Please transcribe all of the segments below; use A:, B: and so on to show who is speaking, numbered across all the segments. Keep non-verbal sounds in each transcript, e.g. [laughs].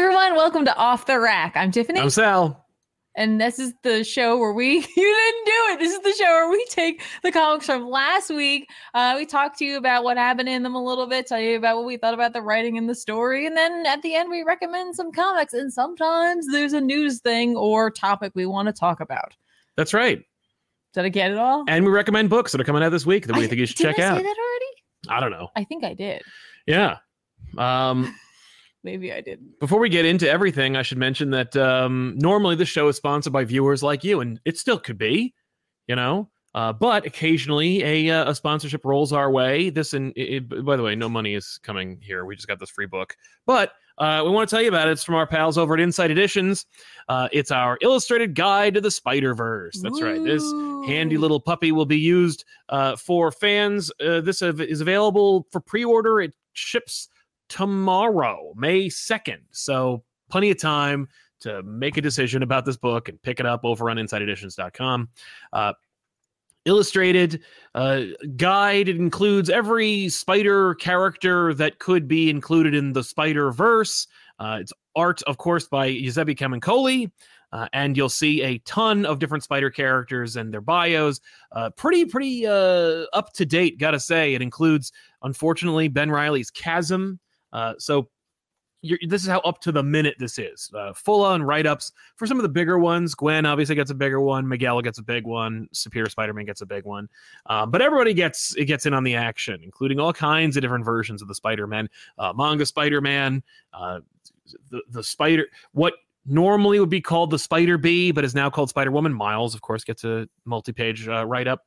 A: Welcome to Off the Rack. I'm Tiffany.
B: I'm Sal.
A: and this is the show where we [laughs] you didn't do it this is the show where we take the comics from last week uh, we talk to you about what happened in them a little bit tell you about what we thought about the writing and the story and then at the end we recommend some comics and sometimes there's a news thing or topic we want to talk about
B: That's right.
A: did i get it all
B: And we recommend books that are coming out this week that we
A: I-
B: think you should
A: did
B: check
A: I
B: out.
A: say that already
B: I don't know.
A: i think i did
B: Yeah. Um,
A: maybe i didn't
B: before we get into everything, I should mention that um, normally the show is sponsored by viewers like you, and it still could be, you know. Uh, but occasionally a, uh, a sponsorship rolls our way. This and it, it- by the way, no money is coming here. We just got this free book, but uh, we want to tell you about it. It's from our pals over at Inside Editions. Uh, it's our illustrated guide to the Spider Verse. That's right. This handy
A: Ooh.
B: little puppy will be used uh, for fans. Uh, this av- is available for pre-order. It ships tomorrow, May second. So plenty of time to make a decision about this book and pick it up over on InsideEditions.com. Uh, illustrated uh, guide it includes every spider character that could be included in the Spider Verse. Uh, it's art, of course, by Giuseppe Camincoli. Uh, and you'll see a ton of different spider characters and their bios uh, pretty pretty uh, up to date gotta say it includes unfortunately ben riley's chasm uh, so you're, this is how up to the minute this is uh, full on write-ups for some of the bigger ones gwen obviously gets a bigger one miguel gets a big one superior spider-man gets a big one um, but everybody gets it gets in on the action including all kinds of different versions of the spider-man uh, manga spider-man uh, the, the spider what normally would be called the Spider Bee, but is now called Spider Woman. Miles, of course, gets a multi page uh, write up.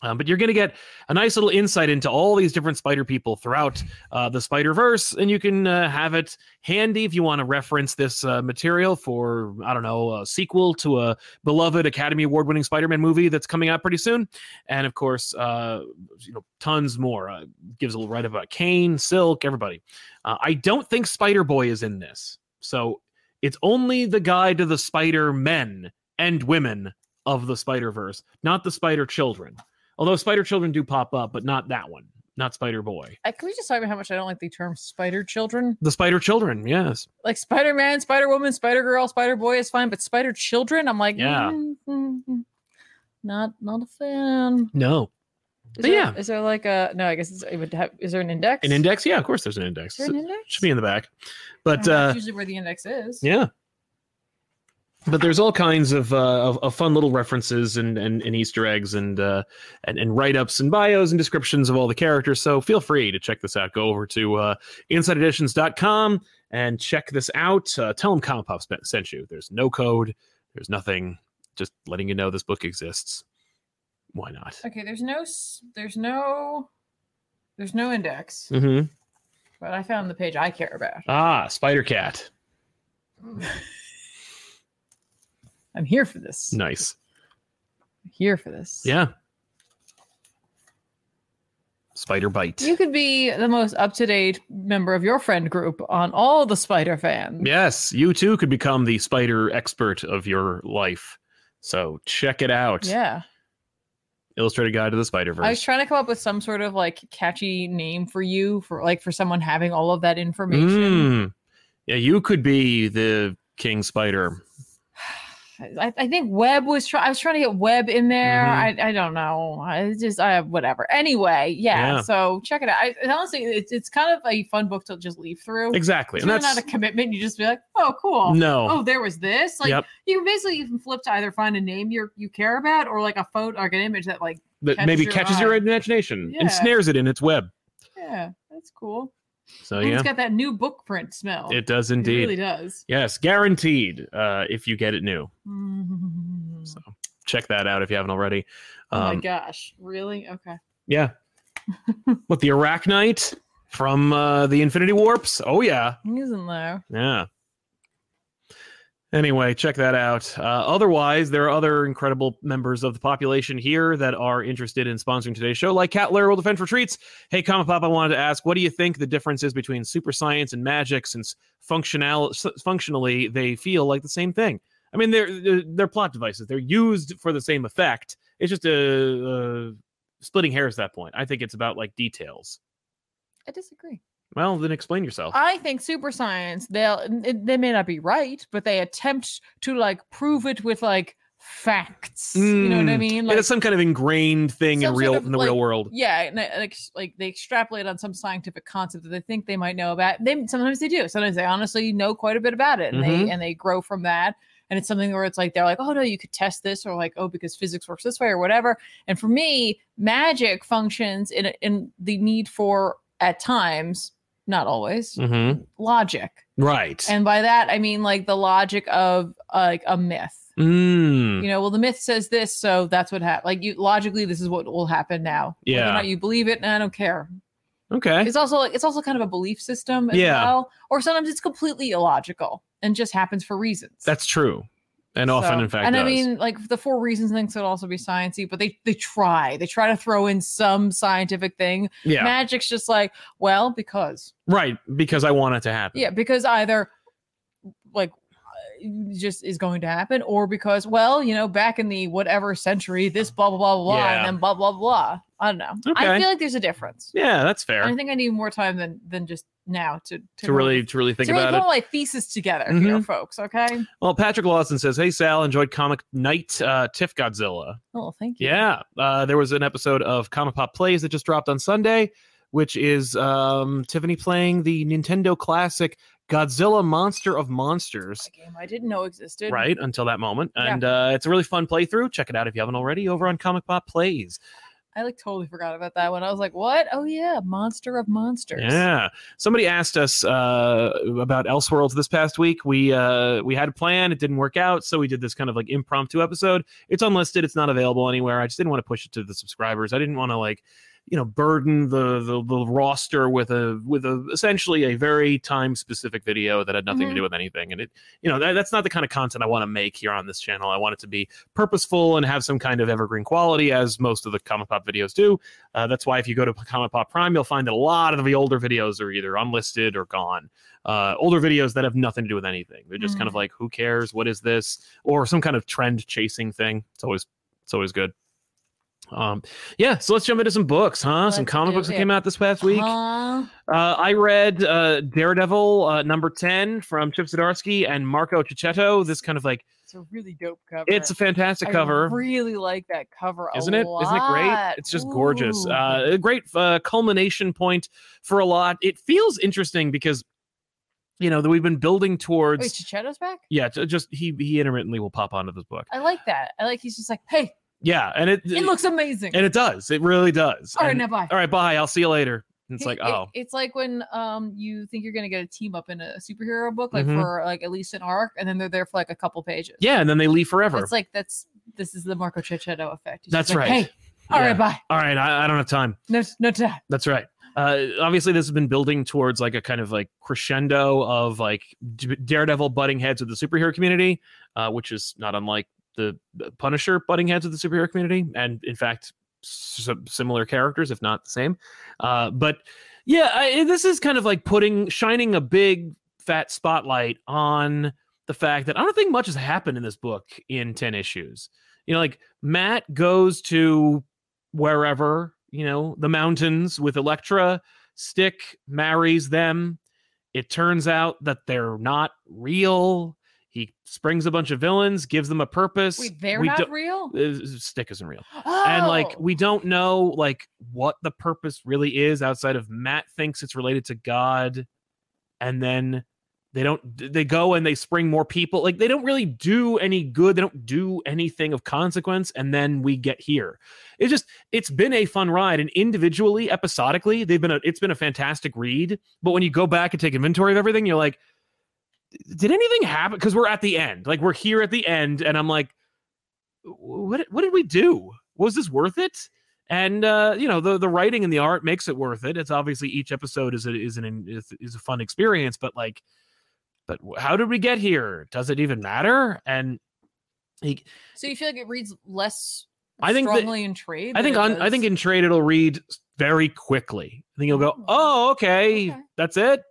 B: Um, but you're going to get a nice little insight into all these different spider people throughout uh, the Spider Verse, and you can uh, have it handy if you want to reference this uh, material for, I don't know, a sequel to a beloved Academy Award winning Spider Man movie that's coming out pretty soon. And of course, uh, you know, tons more. Uh, gives a little write up about Kane, Silk, everybody. Uh, I don't think Spider Boy is in this. So it's only the guide to the spider men and women of the Spider Verse, not the spider children. Although spider children do pop up, but not that one, not Spider Boy.
A: I, can we just talk about how much i don't like the term spider children
B: The spider children, yes.
A: like spider-man spider-woman spider-girl spider-boy is fine but spider-children i'm like
B: Yeah.
A: mm, mm, mm. not not a fan
B: No.
A: Is
B: But
A: there-
B: yeah.
A: Is there like a no? I guess it's, it would have. Is there an index?
B: An index? Yeah, of course there's an index.
A: Is there
B: It
A: an index?
B: should be in the back.
A: I
B: But
A: don't know,
B: uh
A: that's usually where the index is.
B: Yeah. But there's all kinds of, uh, of of fun little references and and, and Easter eggs and uh, and, and write ups and bios and descriptions of all the characters. So feel free to check this out. Go over to uh, InsideEditions.com and check this out. Uh, tell them Comic Pop spe- sent you. There's no code. There's nothing. Just letting you know this book exists. Why not?
A: Okay. There's no. s- There's no. There's no index,
B: Mm-hmm.
A: but I found the page I care about.
B: Ah, Spider Cat.
A: I'm here for this.
B: Nice.
A: I'm here for this.
B: Yeah. Spider Bite.
A: You could be the most up to date member of your friend group on all the Spider fans.
B: Yes, you too could become the spider expert of your life. So check it out.
A: Yeah.
B: Illustrated Guide to the Spider
A: I was
B: Verse.
A: trying to come up with some sort of like catchy name for you for like for someone having all of that
B: Mm.
A: information.
B: Yeah, you could be the King Spider.
A: I, I think Webb was trying. I was trying to get Webb in there.
B: Mhm.
A: I, I don't know. I just I whatever. Anyway, yeah.
B: Yeah.
A: So check it out. I, and honestly, it's it's kind of a fun book to just leaf through.
B: Exactly.
A: It's
B: And
A: really
B: that's
A: not Oh, a commitment. You just be like, oh, cool.
B: no.
A: Oh, there was this. Like
B: yep.
A: you can basically you can flip to either find a name you you care about or like a photo, like an image that like
B: That
A: catches
B: maybe
A: your
B: catches
A: eye.
B: your imagination,
A: Yeah.
B: ensnares it in its web.
A: yeah, that's cool.
B: So
A: And
B: Oh, yeah,
A: It's got that new book print smell.
B: it does
A: It
B: indeed.
A: really does.
B: yes, guaranteed. Uh, if you get it new,
A: Mm-hmm. [laughs]
B: so check that out if you haven't already.
A: oh my
B: Um,
A: gosh, really? Okay. [laughs]
B: yeah. what the Arachnite from uh, the Infinity Warps? Oh yeah.
A: Isn't there?
B: Yeah. Anyway, check that out. Uh, otherwise, there are other incredible members of the population here that are interested in sponsoring today's show, like Cat Lair will defend for treats. Hey, Comic Pop, I wanted to ask, what do you think the difference is between super science and magic? Since functional, s- functionally, they feel like the same thing. I mean, they're they're, they're plot devices. They're used for the same effect. It's just a, uh splitting hairs at that point. I think it's about like details.
A: I disagree.
B: Well, then explain yourself.
A: I think super science, they'll it, they may not be right, but they attempt to like prove it with like facts. you know what I
B: Mm.
A: mean?
B: and
A: Like
B: it's some kind of ingrained thing in
A: some sort
B: real
A: of,
B: in the
A: like,
B: real world.
A: yeah, and it- ex- like they extrapolate on some scientific concept that they think they might know about. They sometimes they do. Sometimes they honestly know quite a bit about it, and
B: Mm-hmm.
A: they and they grow from that. And it's something where it's like they're like, oh no, you could test this, or like oh because physics works this way, or whatever. And for me, magic functions in a- in the need for at times, not always,
B: Mm-hmm.
A: logic.
B: Right.
A: And by that I mean like the logic of uh, like a myth.
B: mm.
A: You know, well the myth says this, so that's what happened. Like you logically, this is what will happen now. Whether
B: Yeah.
A: or not you believe it, I don't care.
B: Okay.
A: It's also like it's also kind of a belief system as
B: Yeah.
A: well. Or sometimes it's completely illogical and just happens for reasons.
B: That's true. And often,
A: So-
B: in fact,
A: and I
B: does.
A: mean, like the four reasons things could also be sciency, but they they try, they try to throw in some scientific thing.
B: yeah,
A: Magic's just like, well, because
B: right. Because I want it to happen.
A: yeah, because either like uh, just is going to happen, or because well, you know, back in the whatever century, this blah blah blah blah,
B: Yeah.
A: and then blah blah blah. I don't know.
B: Okay.
A: I feel like there's a difference.
B: Yeah, that's fair
A: And I think I need more time than than just now to
B: to really to really think
A: to really
B: about
A: put
B: it. Mm-hmm.
A: all my thesis together here, folks. Okay.
B: Well, Patrick Lawson says, "Hey Sal, enjoyed comic night uh, Tiff Godzilla."
A: Oh, thank you.
B: Yeah, uh, there was an episode of Comic Pop Plays that just dropped on Sunday, which is um, Tiffany playing the Nintendo classic Godzilla Monster of Monsters.
A: A game I didn't know existed.
B: Right until that moment, and uh, it's a really fun playthrough. Check it out if you haven't already over on Comic Pop Plays.
A: I like totally forgot about that one. I was like, what? Oh yeah, monster of monsters.
B: Yeah. Somebody asked us uh, about Elseworlds this past week. We uh, we had a plan, it didn't work out, so we did this kind of like impromptu episode. It's unlisted, it's not available anywhere. I just didn't want to push it to the subscribers. I didn't want to like, you know, burden the the, the roster with a with a essentially a very time specific video that had nothing to
A: Mhm.
B: do with anything. And it, you know, that, that's not the kind of content I want to make here on this channel. I want it to be purposeful and have some kind of evergreen quality, as most of the Comic Pop videos do. Uh, that's why if you go to Comic Pop Prime, you'll find that a lot of the older videos are either unlisted or gone. Uh, older videos that have nothing to do with anything. They're just kind of
A: Mm.
B: like, who cares? What is this? Or some kind of trend chasing thing. It's always it's always good. Um, yeah, so let's jump into some books, huh? some
A: Let's
B: comic
A: do
B: books that
A: it. Uh-huh.
B: came out this past week.
A: Huh?
B: Uh, I read uh, Daredevil uh, number 10 from Chip Zdarsky and Marco Cicchetto. This kind of like,
A: It's a really dope cover.
B: it's a fantastic
A: I
B: cover.
A: really like that cover. a
B: isn't it? Isn't it great?
A: lot.
B: It's just gorgeous.
A: Ooh.
B: Uh, a great uh, culmination point for a lot. It feels interesting because you know that we've been building
A: Wait,
B: towards.
A: Chichetto's back?
B: Yeah, ju- just he he intermittently will pop onto this book.
A: I like that. I like he's just like, hey,
B: Yeah, and it,
A: it looks amazing.
B: and it does. It really does.
A: All right,
B: And-
A: now bye.
B: all right, bye. I'll see you later. And it's
A: It-
B: like
A: it-
B: oh
A: it's like when um you think you're gonna get a team up in a superhero book, like
B: Mhm.
A: for like at least an arc, and then they're there for like a couple pages.
B: yeah, and then they leave forever.
A: it's like that's this is the Marco Chichetto effect. He's just
B: That's
A: like,
B: right.
A: Hey, all right,
B: Yeah.
A: bye.
B: All right, I, I don't have time.
A: No, no time.
B: That's right. Uh, obviously, this has been building towards like a kind of like crescendo of like d- Daredevil butting heads with the superhero community, uh, which is not unlike the the Punisher butting heads with the superhero community, and in fact, s- similar characters, if not the same. Uh, but yeah, I, this is kind of like putting shining a big fat spotlight on the fact that I don't think much has happened in this book in ten issues. You know, like Matt goes to wherever you know the mountains with Elektra. Stick marries them. It turns out that they're not real. He springs a bunch of villains, gives them a purpose.
A: Wait, they're
B: We
A: not
B: don't-
A: real.
B: Uh, Stick isn't real and like
A: Oh.
B: we don't know like what the purpose really is outside of matt thinks it's related to god and then they don't they go and they spring more people like they don't really do any good they don't do anything of consequence and then we get here it's just it's been a fun ride and individually episodically they've been a it's been a fantastic read but when you go back and take inventory of everything you're like did anything happen because we're at the end like we're here at the end and i'm like what what did we do? Was this worth it? And uh, you know the the writing and the art makes it worth it. It's obviously each episode is a, is an is, is a fun experience, but like, but how did we get here? Does it even matter? And he,
A: so you feel like it reads less.
B: I think that-
A: strongly in trade.
B: I
A: than
B: think
A: it
B: on, I
A: does-
B: think in trade it'll read very quickly. I think you'll go,
A: Oh,
B: oh okay,
A: okay.
B: that's it.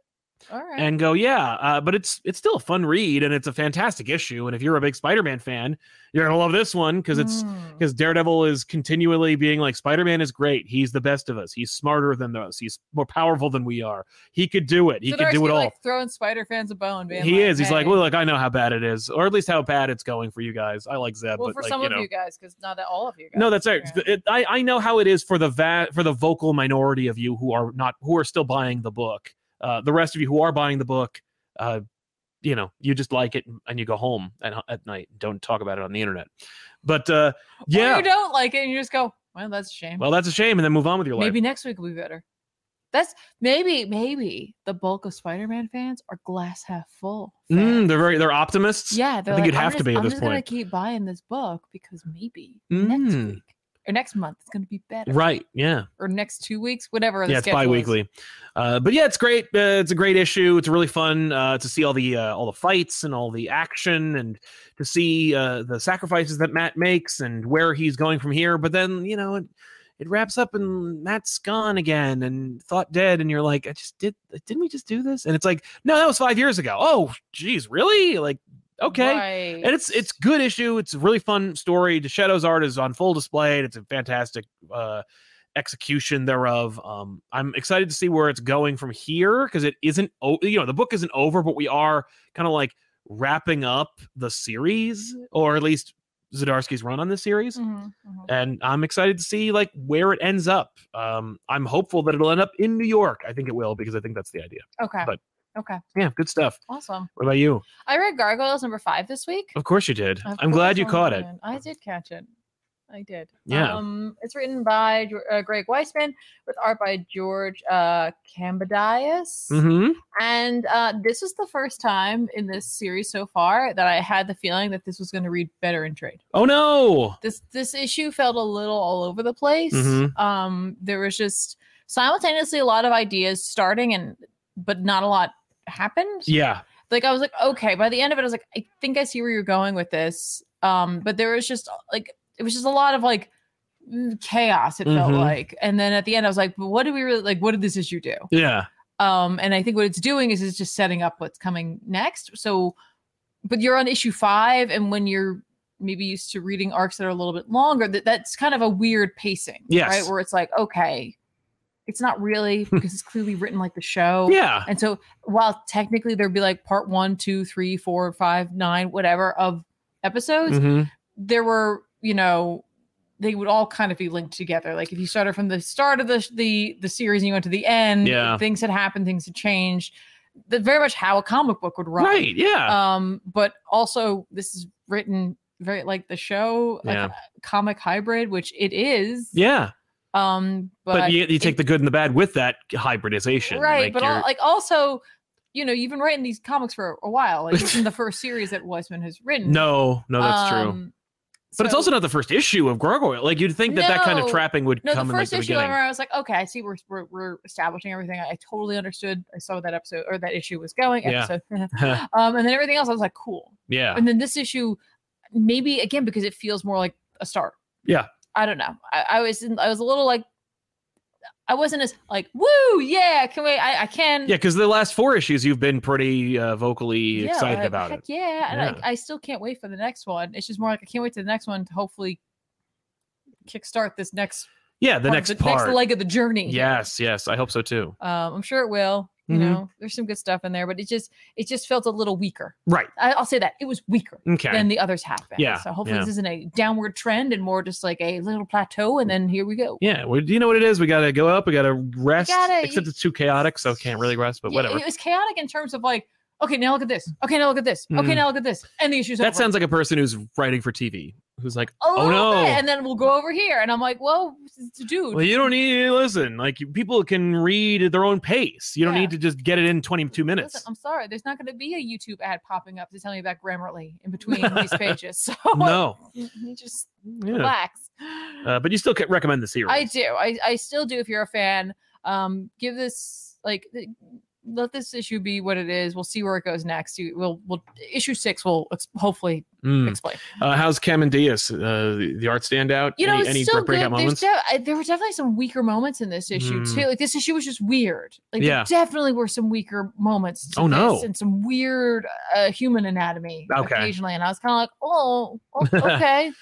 A: All right.
B: and go, yeah, uh, but it's it's still a fun read and it's a fantastic issue. And if you're a big Spider-Man fan, you're gonna love this one because it's
A: Mm.
B: because Daredevil is continually being like, Spider-Man is great. He's the best of us. He's smarter than us. He's more powerful than we are. He could do it. He
A: So
B: could
A: Darcy,
B: do it all.
A: Like, throwing Spider fans a bone. Being
B: he
A: like,
B: is. He's like,
A: "Hey."
B: well, look, I know how bad it is, or at least how bad it's going for you guys. I like Zeb,
A: well,
B: but
A: for
B: like,
A: some
B: you
A: of
B: know.
A: you guys, because not that all of you guys.
B: No, that's right.
A: Yeah.
B: It- I, I know how it is for the va- for the vocal minority of you who are not who are still buying the book. Uh, the rest of you who are buying the book, uh, you know, you just like it and you go home at, at night. Don't talk about it on the internet. But uh,
A: Or
B: yeah,
A: you don't like it, and you just go, "Well, that's a shame."
B: well, that's a shame, and then move on with your life.
A: maybe next week will be better. That's maybe maybe the bulk of Spider-Man fans are glass half full.
B: Mm,
A: fans.
B: they're very they're optimists.
A: Yeah, they're
B: I
A: like,
B: think you'd
A: "I'm
B: have to
A: just-
B: be at
A: I'm
B: this
A: just gonna
B: point."
A: keep buying this book because maybe next
B: Mm.
A: week or next month it's gonna be better,
B: Right. Yeah.
A: Or next two weeks, whatever.
B: yeah,
A: the
B: it's
A: schedule is.
B: bi-weekly. Uh, but yeah, it's great. Uh, it's a great issue. It's really fun uh, to see all the uh, all the fights and all the action, and to see uh, the sacrifices that Matt makes and where he's going from here. But then you know it it wraps up and Matt's gone again and thought dead, and you're like, I just did. Didn't we just do this? And it's like, no, that was five years ago. Oh, geez, really? Like, okay
A: Right.
B: and it's it's good issue. It's a really fun story. The Shadows art is on full display. And it's a fantastic uh, execution thereof. Um, I'm excited to see where it's going from here because it isn't. O- you know, the book isn't over, but we are kind of like wrapping up the series, or at least Zdarsky's run on the series.
A: Mhm, mhm.
B: And I'm excited to see like where it ends up. Um, I'm hopeful that it'll end up in New York. I think it will because I think that's the idea.
A: Okay.
B: but-
A: okay.
B: Yeah, good stuff.
A: Awesome.
B: What about you?
A: I read Gargoyles number five this week.
B: Of course you did.
A: Of
B: I'm glad
A: course
B: you
A: I
B: caught it.
A: did. I did catch it. I did.
B: Yeah.
A: Um, it's written by Ge- uh, Greg Weisman with art by George uh, Cambadias.
B: Mm-hmm.
A: And uh, this was the first time in this series so far that I had the feeling that this was going to read better in trade.
B: Oh no.
A: This this issue felt a little all over the place.
B: Mhm.
A: Um, there was just simultaneously a lot of ideas starting and but not a lot happened
B: Yeah.
A: like I was like, okay, by the end of it, I was like, I think I see where you're going with this. Um, but there was just like it was just a lot of like mm, chaos, it felt
B: Mhm.
A: like. And then at the end, I was like, but what did we really like what did this issue do?
B: Yeah.
A: Um, and I think what it's doing is it's just setting up what's coming next. So but you're on issue five, and when you're maybe used to reading arcs that are a little bit longer, that that's kind of a weird pacing. Right.
B: Yes.
A: Where it's like, okay, it's not
B: [laughs]
A: really because it's clearly written like the show.
B: Yeah.
A: And so while technically there'd be like part one, two, three, four, five, nine, whatever of episodes,
B: Mhm.
A: there were, you know, they would all kind of be linked together. Like if you started from the start of the the, the series and you went to the end,
B: Yeah.
A: things had happened, things had changed. That very much how a comic book would run.
B: Right. Yeah.
A: Um, but also this is written very like the show, like
B: Yeah.
A: a comic hybrid, which it is.
B: yeah.
A: Um,
B: But, you, you take the good and the bad with that hybridization.
A: right
B: Like,
A: but al-
B: you're-
A: like also you know you've been writing these comics for a while like this is the first series that weisman has written
B: [laughs] no, no, that's true.
A: Um,
B: But it's
A: so-
B: also not the first issue of Gargoyle. Like you'd think that that kind of
A: No.
B: trapping would
A: no
B: come
A: the
B: in like
A: first
B: the
A: issue
B: beginning.
A: ever i was like okay i see we're, we're, we're establishing everything I, I totally understood i saw where that episode or that issue was going
B: [laughs] Yeah.
A: episode. [laughs] um and then everything else i was like cool
B: yeah.
A: and then this issue maybe again because it feels more like a start
B: Yeah.
A: i don't know i, I was in, i was a little like i wasn't as like woo yeah can we i, I can
B: Yeah, because the last four issues you've been pretty uh, vocally excited
A: like,
B: about
A: heck
B: it.
A: Yeah, and
B: Yeah.
A: I, I still can't wait for the next one. It's just more like I can't wait to the next one to hopefully kickstart this next
B: Yeah, the
A: part-
B: next
A: the
B: part.
A: next leg of the journey. here.
B: yes, yes, I hope so too.
A: um, I'm sure it will. You
B: Mhm.
A: know, there's some good stuff in there, but it just it just felt a little weaker.
B: Right.
A: I, I'll say that it was weaker
B: Okay.
A: than the others have been.
B: Yeah,
A: So hopefully
B: yeah.
A: this isn't a downward trend and more just like a little plateau, and then here we go.
B: yeah, well, you know what it is. We gotta go up. We gotta rest.
A: gotta-
B: except it's too chaotic, so can't really rest. But
A: Yeah,
B: whatever.
A: It was chaotic in terms of like, okay, now look at this. Okay, now look at this. Okay,
B: Mm.
A: now look at this. And the issues.
B: that
A: over.
B: sounds like a person who's writing for TV, who's like,
A: a
B: oh
A: little
B: no,
A: bit, and then we'll go over here. And I'm like, well, dude,
B: Well, you don't need to listen. Like you- people can read at their own pace. You don't
A: Yeah.
B: need to just get it in 22
A: listen,
B: minutes.
A: [laughs] I'm sorry, there's not going to be a YouTube ad popping up to tell me about Grammarly in
B: [laughs]
A: between these pages. So
B: no.
A: you [laughs] just
B: Yeah.
A: relax.
B: Uh, but you still can recommend the series.
A: I do. I, I still do. If you're a fan, um, give this like th- let this issue be what it is. We'll see where it goes next. You- We'll, we'll issue six. We'll ex- hopefully
B: Mm.
A: explain.
B: Uh, how's Cam and Diaz? Uh, the, the art standout?
A: You know,
B: any,
A: it's
B: any
A: still
B: breakout
A: good. There's
B: moments?
A: de- I- there were definitely some weaker moments in this issue
B: Mm.
A: too. Like this issue was just weird. Like
B: Yeah.
A: there definitely were some weaker moments. to
B: Oh, no.
A: this And some weird uh, human anatomy
B: Okay.
A: occasionally, and I was kind of like, oh,
B: [laughs]
A: oh, okay.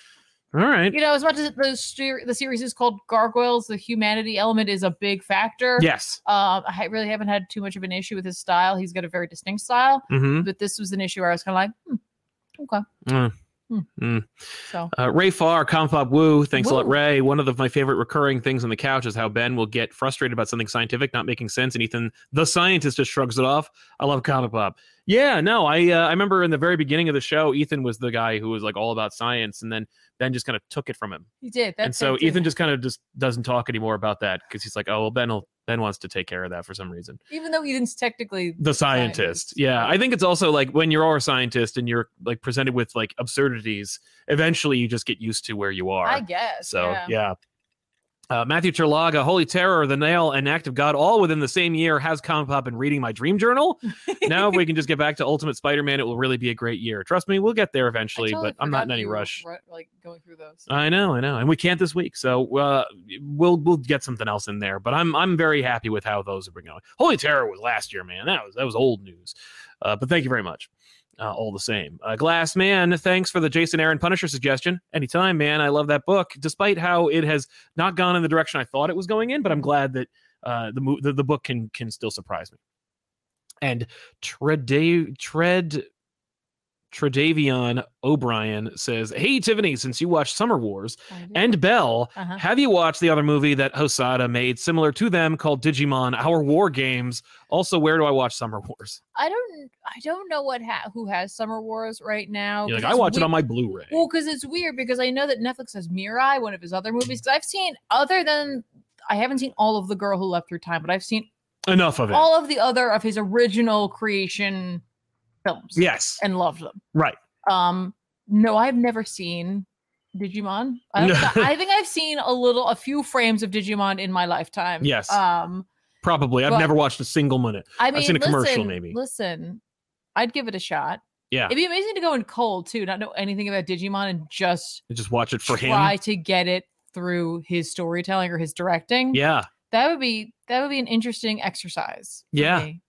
B: All right.
A: you know, as much as the ser- the series is called Gargoyles, the humanity element is a big factor.
B: Yes.
A: Um, I really haven't had too much of an issue with his style. He's got a very distinct style,
B: Mm-hmm.
A: but this was an issue where I was kind of like, hmm, okay.
B: Mm.
A: Hmm.
B: Mm.
A: So
B: Uh, Ray Farr, Confop Woo. Thanks a lot,
A: Woo.
B: Ray. One of the, my favorite recurring things on the couch is how Ben will get frustrated about something scientific not making sense, and Ethan, the scientist, just shrugs it off. I love Comic Pop. Yeah, no, I uh, I remember in the very beginning of the show, Ethan was the guy who was like all about science, and then Ben just kind of took it from him.
A: he did. That's
B: and so Ethan just kind of just doesn't talk anymore about that because he's like, oh well, Ben will, Ben wants to take care of that for some reason.
A: [laughs] even though Ethan's technically
B: the scientist.
A: scientist,
B: Yeah,
A: right.
B: I think it's also like when you're a scientist and you're like presented with like absurdities, eventually you just get used to where you are.
A: I guess.
B: so
A: yeah.
B: yeah. Uh, Matthew Terlaga, Holy Terror, The Nail, and Act of God, all within the same year, has come up and reading my dream journal. now, if we can just get back to Ultimate Spider-Man, it will really be a great year. Trust me, we'll get
A: [laughs]
B: there
A: I
B: eventually,
A: totally
B: but I'm not
A: forgot
B: in any
A: you were
B: rush. Uh,
A: ru- like going through those.
B: I know, I know, and we can't this week, so uh, we'll we'll get something else in there. But I'm I'm very happy with how those have been going. Holy Terror was last year, man. That was that was old news. Uh, but thank you very much, uh, all the same. Uh, Glass Man, thanks for the Jason Aaron Punisher suggestion. Anytime, man. I love that book, despite how it has not gone in the direction I thought it was going in. But I'm glad that uh, the, mo- the the book can can still surprise me. And Trede Tred Tredavion O'Brien says, "Hey Tiffany, since you watched Summer Wars."
A: I did.
B: and Bell.
A: Uh-huh.
B: Have you watched the other movie that Hosada made similar to them called Digimon Our War Games? Also, where do I watch Summer Wars?
A: I don't I don't know what ha- who has Summer Wars right now.
B: You're like,
A: 'cause
B: I
A: it's
B: watch
A: Oh,
B: it
A: we-
B: on my Blu ray.
A: Well, because it's weird because I know that Netflix has Mirai, one of his other
B: Hmm.
A: movies. Because I've seen other than I haven't seen all of the girl who left through time, but I've seen
B: Enough of it.
A: all of the other of his original creation films
B: yes.
A: and loved them.
B: Right.
A: Um, no, I've never seen Digimon. I, don't thi- I think I've seen a little, a few frames of Digimon in my lifetime.
B: Yes.
A: Um,
B: Probably. I've
A: Well,
B: never watched a single minute.
A: I mean,
B: seen a commercial,
A: listen-
B: maybe.
A: Listen, I'd give it a shot.
B: Yeah.
A: It'd be amazing to go in cold too, not know anything about Digimon and just
B: I just watch it for
A: try
B: him.
A: to get it through his storytelling or his directing.
B: Yeah.
A: That would be that would be an interesting exercise. for
B: Yeah.
A: me.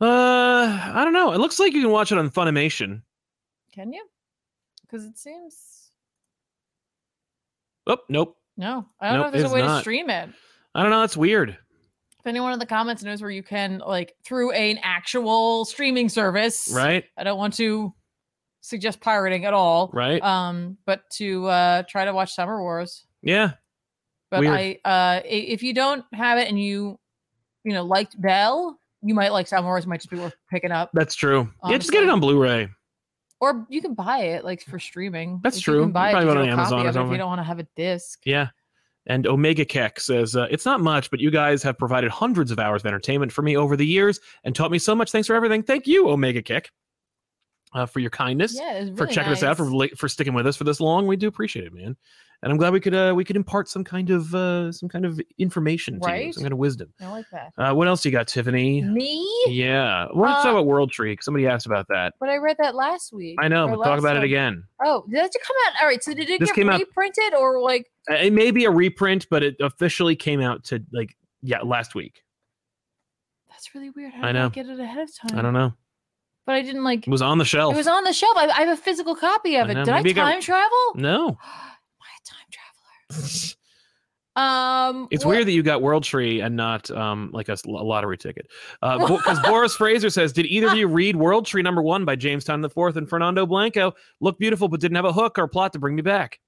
B: Uh, I don't know. It looks like you can watch it on Funimation.
A: Can you? Because it seems
B: Oh, nope.
A: no. I don't know
B: Nope,
A: if there's
B: it's
A: a way to
B: not.
A: stream it.
B: I don't know. That's weird.
A: If anyone in the comments knows where you can like through an actual streaming service.
B: Right.
A: I don't want to suggest pirating at all.
B: Right.
A: Um, but to uh try to watch Summer Wars.
B: yeah.
A: But
B: Weird.
A: I uh i- if you don't have it and you you know liked Bell, you might like Summer Wars, it might just be worth picking up.
B: That's true. Yeah. Just get it
A: Honestly.
B: on Blu ray.
A: Or you can buy it like for streaming.
B: That's
A: Like,
B: true.
A: You
B: You
A: can buy
B: probably
A: it
B: go on
A: digital
B: Amazon
A: copy
B: or
A: of it if
B: something.
A: you don't want to have a disc.
B: Yeah. And Omega Keck says, uh, It's not much, but you guys have provided hundreds of hours of entertainment for me over the years and taught me so much. Thanks for everything. Thank you, Omega Keck, uh, for your kindness,
A: Yeah, it's
B: for
A: really
B: checking us out, for
A: nice.
B: li- for sticking with us for this long. We do appreciate it, man. And I'm glad we could uh, we could impart some kind of uh, some kind of information to you,
A: Right?
B: some kind of wisdom.
A: I like that.
B: Uh, what else you got, Tiffany?
A: Me?
B: Yeah, we're
A: Uh,
B: talk about World Tree. 'cause Somebody asked about that.
A: But I read that last week.
B: I know,
A: or
B: but talk
A: last
B: about it
A: time.
B: again.
A: Oh, did that just come out? All right, so did it
B: This
A: get
B: came out-
A: reprinted or like?
B: Uh, It may be a reprint, but it officially came out to like yeah last week.
A: That's really weird. How did
B: I know.
A: get it ahead of time.
B: I don't know.
A: But I didn't like.
B: It was on the shelf.
A: It was on the shelf. I, I have a physical copy of
B: I
A: it.
B: know,
A: Did I
B: maybe it got-
A: time travel?
B: No.
A: [gasps] Am I a time traveler? Um,
B: It's
A: what-
B: weird that you got World Tree and not um, like a, s- a lottery ticket.
A: [laughs]
B: Because Boris Fraser says, Did either of you read World Tree number one by James Town IV and Fernando Blanco? Looked beautiful, but didn't have a hook or plot to bring me back.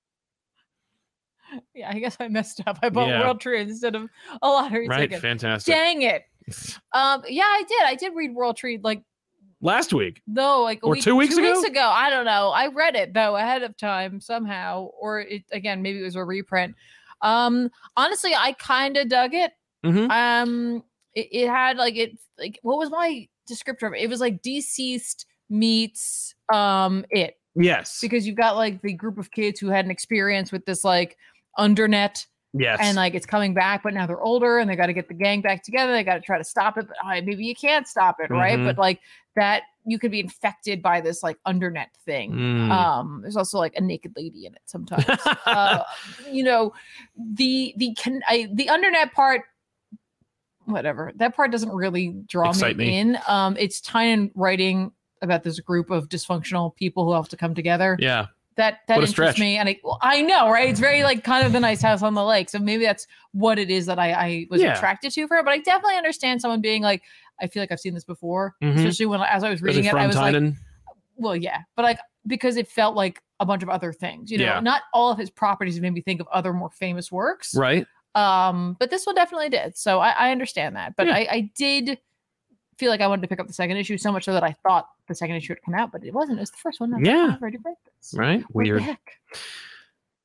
A: Yeah, I guess I messed up. I bought
B: Yeah.
A: World Tree instead of a lottery
B: Right?
A: ticket.
B: Fantastic.
A: Dang it. Um, yeah, I did. I did read World Tree like
B: Last week.
A: no, like a
B: Or
A: week,
B: two weeks
A: weeks
B: ago?
A: ago. I don't know. I read it though ahead of time somehow, or it again maybe it was a reprint. Um, honestly, I kind of dug it.
B: Mhm.
A: Um, it, it had like it like what was my descriptor? of It It was like deceased meets um it
B: Yes.
A: because you've got like the group of kids who had an experience with this like undernet
B: Yes.
A: and like it's coming back, but now they're older and they got to get the gang back together. They got to try to stop it, but uh, maybe you can't stop it, right?
B: Mhm.
A: But like that, you could be infected by this like undernet thing.
B: Mm.
A: Um, there's also like a naked lady in it
B: [laughs]
A: sometimes. uh, you know, the the can I, the undernet part. Whatever that part doesn't really draw
B: Excite me.
A: me in. Um, it's Tynan writing about this group of dysfunctional people who have to come together
B: yeah.
A: that that
B: What a
A: interests
B: stretch.
A: me and I, well, I know right it's very like kind of the nice house on the lake so maybe that's what it is that i, I was
B: Yeah.
A: attracted to for her but i definitely understand someone being like i feel like i've seen this before
B: Mhm.
A: especially when as i was
B: Is it
A: reading it
B: from
A: i was like
B: Tynan?
A: well yeah but like because it felt like a bunch of other things you know
B: Yeah.
A: not all of his properties made me think of other more famous works
B: right.
A: um but this one definitely did so i, I understand that but
B: Yeah.
A: I, I did feel like i wanted to pick up the second issue so much so that i thought the second issue would come out but it wasn't it was the first one I was like, "Oh,
B: Yeah.
A: I've already read this.
B: Right.
A: What the
B: Weird.
A: heck?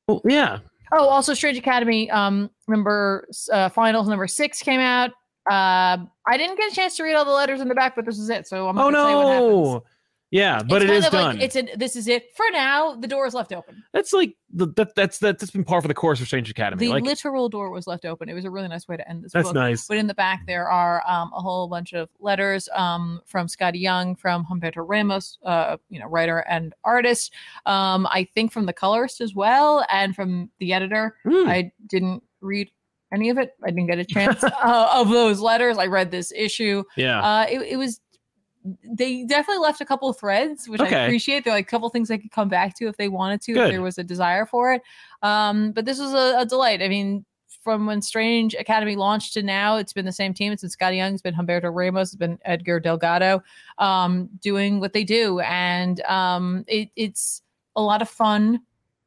B: Well, yeah.
A: Oh, also Strange Academy um number uh, finals number six came out. Uh, I didn't get a chance to read all the letters in the back, but this is it. So I'm not
B: Oh
A: gonna tell you what happens.
B: no. Yeah, but
A: it's
B: it
A: kind
B: is
A: of like,
B: done.
A: it's a, this is it for now. The door is left open.
B: that's like the, that, that's that, that's been par for the course for Strange Academy.
A: the
B: Like
A: literal door was left open. It was a really nice way to end this
B: that's
A: book.
B: nice.
A: But in the back, there are um, a whole bunch of letters um, from Scotty Young, from Humberto Ramos, uh, you know, writer and artist. Um, I think from the colorist as well, and from the editor.
B: Mm.
A: I didn't read any of it. I didn't get a chance uh, of those letters. I read this issue.
B: yeah.
A: Uh, it, it was they definitely left a couple of threads, which I
B: Okay.
A: appreciate. They're like a couple things they could come back to if they wanted to,
B: Good.
A: if there was a desire for it. Um, but this was a, a delight. I mean, from when Strange Academy launched to now, it's been the same team. It's been Scotty Young, it's been Humberto Ramos, it's been Edgar Delgado, um, doing what they do, and um, it, it's a lot of fun.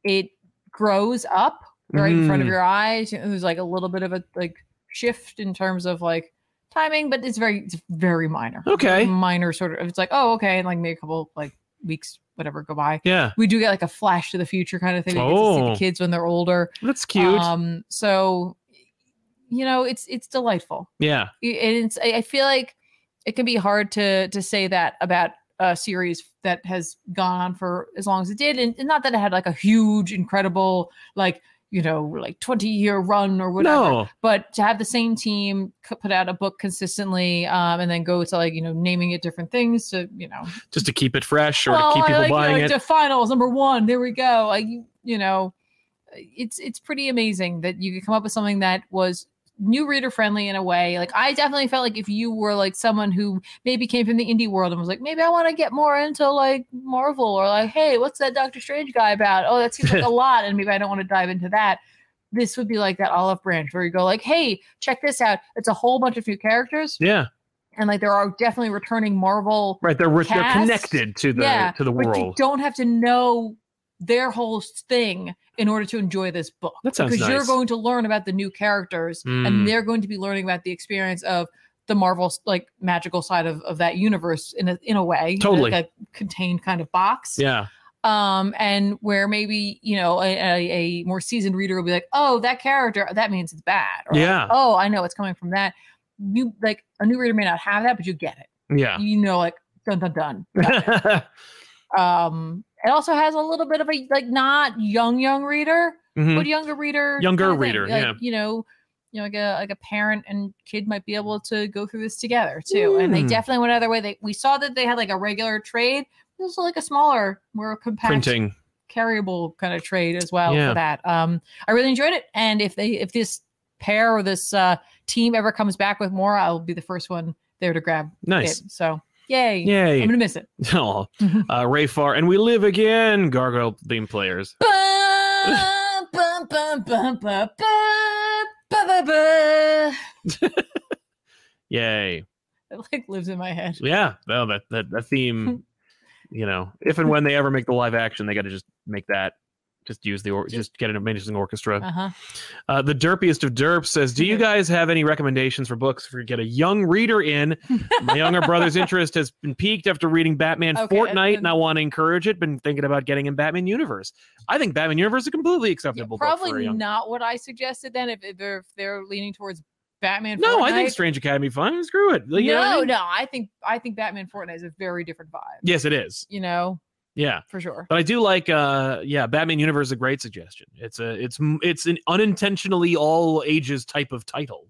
A: It grows up right in front of
B: Mm.
A: your eyes. You know, There's like a little bit of a like shift in terms of like timing, but it's very it's very minor.
B: Okay.
A: Minor sort of it's like, oh, okay, and like maybe a couple like weeks, whatever, go by.
B: Yeah.
A: We do get like a flash to the future kind of thing. We get to see
B: Oh.
A: the kids when they're older.
B: That's cute.
A: Um, so you know, it's it's delightful.
B: yeah.
A: Y- And it's I I feel like it can be hard to to say that about a series that has gone on for as long as it did, and, and not that it had like a huge, incredible, like you know, like twenty year run or whatever
B: No.
A: but to have the same team c- put out a book consistently um, and then go to like you know naming it different things to you know
B: Just to keep it fresh or
A: well,
B: to keep
A: I
B: people
A: like, you know,
B: buying
A: like,
B: it.
A: to finals number one there we go like you, you know it's it's pretty amazing that you could come up with something that was new reader friendly in a way like i definitely felt like if you were like someone who maybe came from the indie world and was like maybe i want to get more into like marvel or like hey what's that doctor strange guy about oh that seems
B: [laughs]
A: like a lot and maybe i don't want to dive into that this would be like that olive branch where you go like hey check this out it's a whole bunch of new characters
B: yeah.
A: and like there are definitely returning marvel
B: Right. They're re- they're
A: Cast.
B: connected to the
A: Yeah,
B: to the
A: but you
B: world.
A: don't have to know their whole s- thing in order to enjoy this book
B: That sounds
A: because
B: nice.
A: you're going to learn about the new characters
B: Mm.
A: and they're going to be learning about the experience of the marvel s- like magical side of, of that universe in a, in a way
B: Totally.
A: like a contained kind of box
B: yeah.
A: um and where maybe you know a, a, a more seasoned reader will be like oh that character that means it's bad or,
B: Yeah.
A: oh i know what's coming from that you like a new reader may not have that but you get it
B: Yeah.
A: you know like dun dun dun
B: [laughs]
A: um it also has a little bit of a like not young young reader
B: Mhm.
A: but younger reader
B: Younger
A: kinda thing.
B: reader,
A: Like,
B: yeah.
A: you know you know like a like a parent and kid might be able to go through this together too and they
B: Mm.
A: definitely went another way they we saw that they had like a regular trade It was like a smaller more compact
B: Printing.
A: carryable kind of trade as well
B: Yeah.
A: for that um i really enjoyed it and if they if this pair or this uh team ever comes back with more i'll be the first one there to grab
B: Nice.
A: it so yay i'm
B: Yay.
A: gonna miss it [laughs]
B: [laughs] Aw. uh, Ray Far and we live again. Gargoyle theme players.
A: Ba, ba, ba, ba, ba, ba, ba, ba, ba.
B: Yay.
A: It like lives in my head.
B: Yeah. Well, that that, that
A: [laughs]
B: theme. you know, if and when they ever make the live action, they got to just make that. Just use the or- just get an amazing orchestra.
A: Uh huh.
B: Uh, the derpiest of derps says, "Do
A: [laughs]
B: you guys have any recommendations for books for get a young reader in? My younger brother's interest has been peaked after reading Batman
A: Okay, that's
B: Fortnite,
A: good.
B: and I want to encourage it. Been thinking about getting in Batman Universe. I think Batman Universe is a completely acceptable book for a
A: Probably
B: young.
A: not what I suggested then. If, if they're if they're leaning towards Batman.
B: No, I think
A: Fortnite.
B: Strange Academy. Fine, screw it. You know what I
A: no,
B: mean?
A: no. I think I think Batman Fortnite is a very different vibe.
B: Yes, it is.
A: You know,
B: Yeah.
A: for sure.
B: But I do like, uh, yeah, Batman Universe is a great suggestion. It's a, it's, m- it's an unintentionally all ages type of title.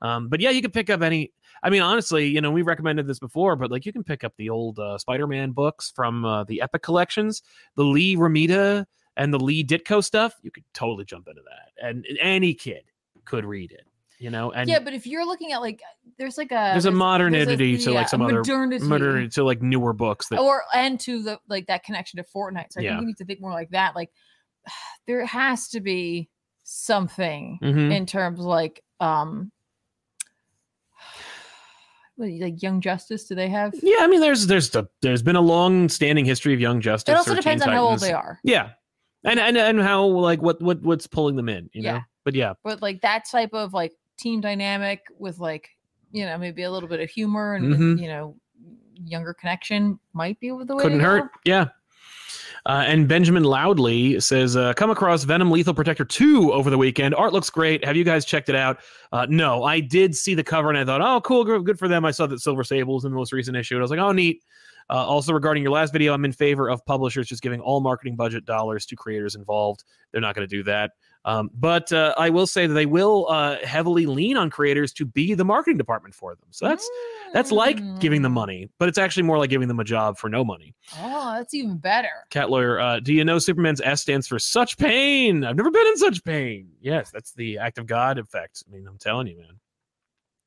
B: Um, but yeah, you can pick up any. I mean, honestly, you know, we recommended this before, but like you can pick up the old uh, Spider-Man books from uh, the Epic collections, the Lee Ramita and the Lee Ditko stuff. You could totally jump into that, and any kid could read it. You know, and
A: yeah, but if you're looking at like, there's like a
B: there's a Oh, modernity to
A: yeah,
B: like some
A: a
B: other
A: modernity,
B: modernity to like newer books that
A: or and to the like that connection to Fortnite. So I
B: Yeah.
A: think we need to think more like that. Like, [sighs] there has to be something
B: Mhm.
A: in terms like um [sighs] what, like young justice do they have
B: Yeah, I mean, there's there's the, there's been a long standing history of Young Justice.
A: it also
B: 13
A: depends on how old
B: Titans.
A: they are
B: Yeah, and and and how like what what what's pulling them in, you know?
A: Yeah.
B: But yeah,
A: but like that type of like team dynamic with like you know maybe a little bit of humor and
B: Mhm.
A: you know younger connection might be the way
B: couldn't
A: to go.
B: hurt. Yeah. Uh, and Benjamin Loudly says, uh, "Come across Venom: Lethal Protector two over the weekend. Art looks great. Have you guys checked it out? Uh, no, I did see the cover and I thought, oh, cool, good good for them. I saw that Silver Sable was in the most recent issue, and I was like, oh, neat. Uh, also, regarding your last video, I'm in favor of publishers just giving all marketing budget dollars to creators involved. They're not going to do that. Um, but uh, I will say that they will uh, heavily lean on creators to be the marketing department for them. So that's that's like giving them
A: Mm.
B: money, but it's actually more like giving them a job for no money.
A: oh that's even better
B: Cat lawyer, uh, do you know Superman's S stands for such pain? I've never been in such pain. Yes, that's the act of God effect. I mean, I'm telling you, man.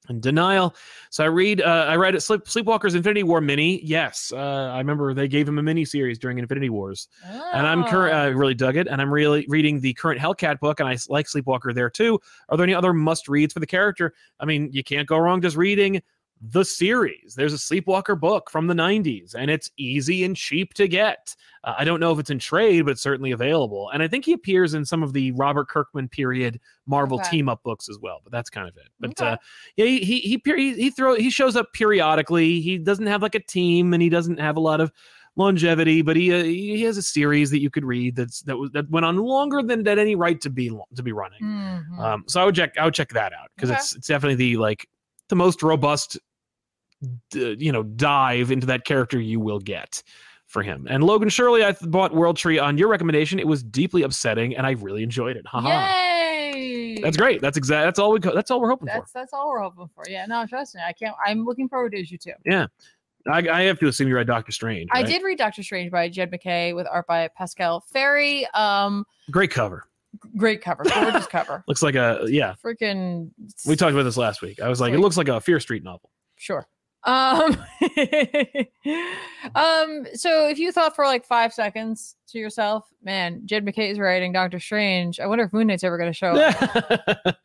B: And denial. So I read, uh, I read it, Sleep, Sleepwalker's Infinity War mini. Yes, uh, I remember they gave him a mini series during Infinity Wars, and I'm uh, current. I
A: Oh.
B: really dug it, and I'm really reading the current Hellcat book, and I s- like Sleepwalker there too. Are there any other must reads for the character? I mean, you can't go wrong just reading the series. There's a Sleepwalker book from the 90s, and it's easy and cheap to get. Uh, I don't know if it's in trade, but it's certainly available. And I think he appears in some of the Robert Kirkman period Marvel
A: Okay.
B: team up books as well. But that's kind of it. But
A: Okay.
B: uh, yeah, he he he, peri- he throw he shows up periodically. He doesn't have like a team, and he doesn't have a lot of longevity. But he uh, he has a series that you could read that's that was that went on longer than that any right to be lo- to be running.
A: Mhm.
B: Um, so I would check I would check that out because
A: Okay.
B: it's it's definitely the like the most robust, d- you know, dive into that character you will get for him. And Logan Shirley, I th- bought World Tree on your recommendation. It was deeply upsetting, and I really enjoyed it. Haha.
A: Yay!
B: Uh-huh. That's great. That's exact. That's all we. Co- that's all we're hoping
A: That's that's all we're hoping for. Yeah, no, trust me. I can't. I'm looking forward to issue two.
B: for. I, I have to assume you read Doctor Strange.
A: I
B: right?
A: did read Doctor Strange by Jed McKay with art by Pascal Ferry. Um,
B: Great cover.
A: great cover,
B: [laughs]
A: gorgeous cover.
B: Looks like a yeah.
A: Freaking.
B: We talked about this last week. I was like, it
A: Like-
B: looks like a Fear Street novel.
A: Sure. Um, [laughs] um, so if you thought for like five seconds to yourself, man, Jed McKay's writing Doctor Strange. I wonder if Moon Knight's ever going to show [laughs] up.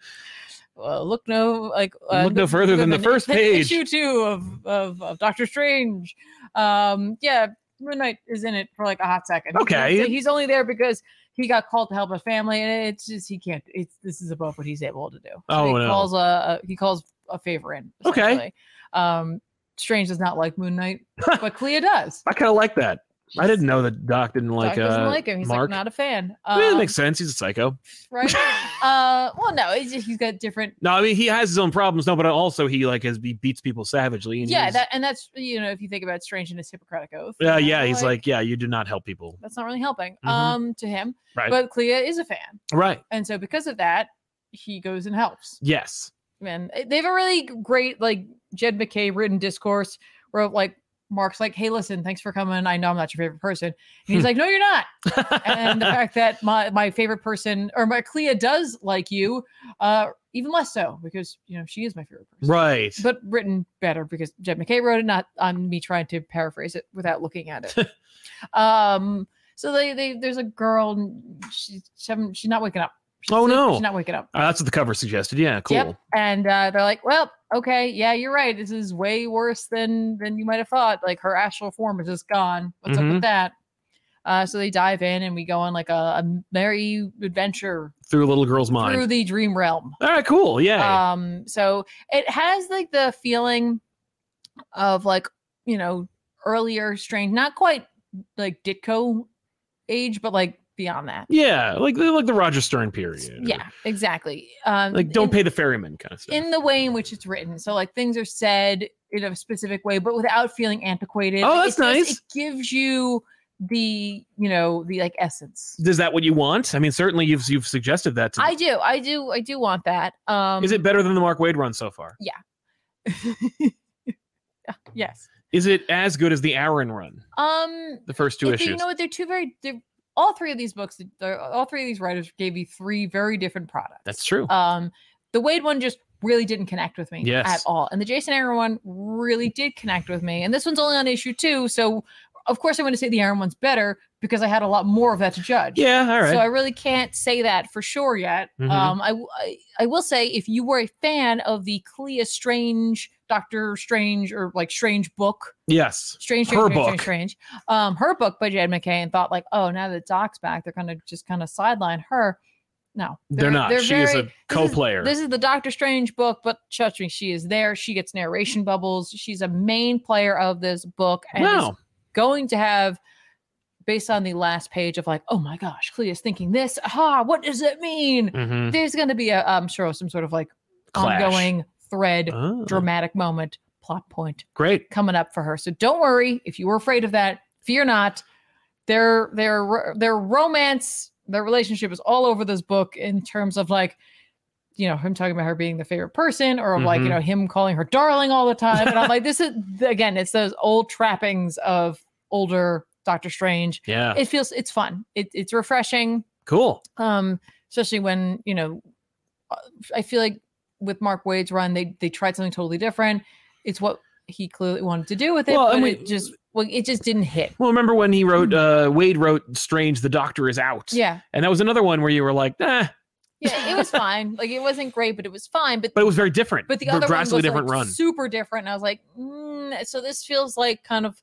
A: Well, uh, look no like uh,
B: Look no further than the first page.
A: Issue two of, of of Doctor Strange. Um, yeah, Moon Knight is in it for like a hot second. He's only-
B: Okay.
A: he's only there because he got called to help a family, and it's just he can't. It's this is above what he's able to do.
B: Oh,
A: he
B: no.
A: calls a, a he calls a favor in.
B: Okay.
A: essentially. Um, Strange does not like Moon
B: [laughs]
A: Knight, but Clea does.
B: I kind of like that. I didn't know that Doc didn't like.
A: Doc doesn't
B: uh,
A: like him. He's
B: Mark.
A: like not a fan.
B: I mean, it
A: Um,
B: makes sense. He's a psycho. [laughs]
A: right? uh, well, no, it's just, he's got different
B: No, I mean he has his own problems. No, but also he like has he beats people savagely. And
A: yeah,
B: he's-
A: that, and that's you know if you think about strange and his Hippocratic oath.
B: Yeah,
A: you
B: yeah.
A: know,
B: He's like, yeah, you do not help people.
A: that's not really helping
B: Mhm.
A: um to him.
B: Right.
A: But Clea is a fan,
B: Right.
A: and so because of that, he goes and helps.
B: Yes.
A: And they have a really great like Jed McKay written discourse where like Mark's like, "Hey, listen, thanks for coming. I know I'm not your favorite person," and
B: Hmm.
A: he's like, "No, you're
B: [laughs]
A: not." And the fact that my my favorite person or my Clea does like you, uh, even less so because you know she is my favorite person
B: right.
A: but written better because Jed McKay wrote it, not on me trying to paraphrase it without looking at
B: [laughs]
A: it. um, so they, they there's a girl, and she's she haven't- she's not waking up. She's
B: Oh,
A: asleep, but
B: no.
A: she's not waking up.
B: Uh, that's what the cover suggested. Yeah. Cool.
A: Yep. And uh, they're like, well, okay, yeah, you're right. This is way worse than than you might have thought. Like her astral form is just gone. What's up
B: Mhm.
A: with that? Uh, so they dive in and we go on like a, a merry adventure
B: Through a little girl's
A: through
B: mind.
A: the dream realm.
B: All right. Cool. Yeah.
A: Um, so it has like the feeling of like, you know, earlier strange, not quite like Ditko age, but like beyond that.
B: yeah. Like like the Roger Stern period.
A: Yeah, exactly. Um
B: Like don't
A: in,
B: pay the ferryman kind of stuff.
A: in the way in which it's written. So like things are said in a specific way, but without feeling antiquated.
B: Oh,
A: Like,
B: that's
A: it just-
B: nice.
A: it gives you the you know the like essence.
B: Is that what you want? I mean, certainly you've you've suggested that. To
A: I do, I do, I do want that. Um,
B: is it
A: [laughs]
B: better than the Mark Wade run so far?
A: yes.
B: Is it as good as the Aaron run?
A: Um,
B: The first two
A: if
B: issues.
A: You know what? They're two very. They're, all three of these books, they're- all three of these writers gave you three very different products.
B: That's true.
A: Um, the Wade one just really didn't connect with me
B: Yes.
A: at all, and the Jason Aaron one really did connect with me. And this one's only on issue two, so of course I'm going to say the Aaron one's better because I had a lot more of that to judge.
B: yeah. All right.
A: So I really can't say that for sure yet.
B: Mhm.
A: Um, I, w- I I will say if you were a fan of the Clea Strange, Doctor Strange, or like Strange book,
B: yes.
A: Strange,
B: Her
A: Strange, Strange,
B: book.
A: Strange, Strange, um, her book by Jed McKay, and thought like, oh, now that Doc's back, they're gonna just kind of sideline her. No,
B: They're, not. she is a co-player.
A: This is the Doctor Strange book, but trust me, she is there. She gets narration bubbles. She's a main player of this book, and is
B: wow.
A: going to have based on the last page of like oh my gosh clea's thinking this ah what does it mean
B: Mhm.
A: there's going to be a i'm sure some sort of like
B: Clash.
A: ongoing thread
B: Oh,
A: dramatic moment plot point
B: great.
A: coming up for her so don't worry if you were afraid of that fear not their their ro- their romance their relationship is all over this book in terms of like you know him talking about her being the favorite person or like you
B: Mhm.
A: know him calling her darling all the time and i'm like this is [laughs] again it's those old trappings of older doctor strange
B: Yeah.
A: it feels it's fun it, it's refreshing
B: cool.
A: um especially when you know uh, i feel like with mark wade's run they they tried something totally different it's what he clearly wanted to do with it
B: Well,
A: but
B: and we-
A: it just well it just didn't hit
B: Well, remember when he wrote uh Wade wrote Strange the Doctor is out.
A: Hmm. yeah
B: And that was another one where you were like, eh,
A: yeah it was fine like it wasn't great but it was fine but
B: but it was very different.
A: but the
B: Dr-
A: other one was
B: drastically
A: like,
B: different run.
A: super different and i was like mm, so this feels like kind of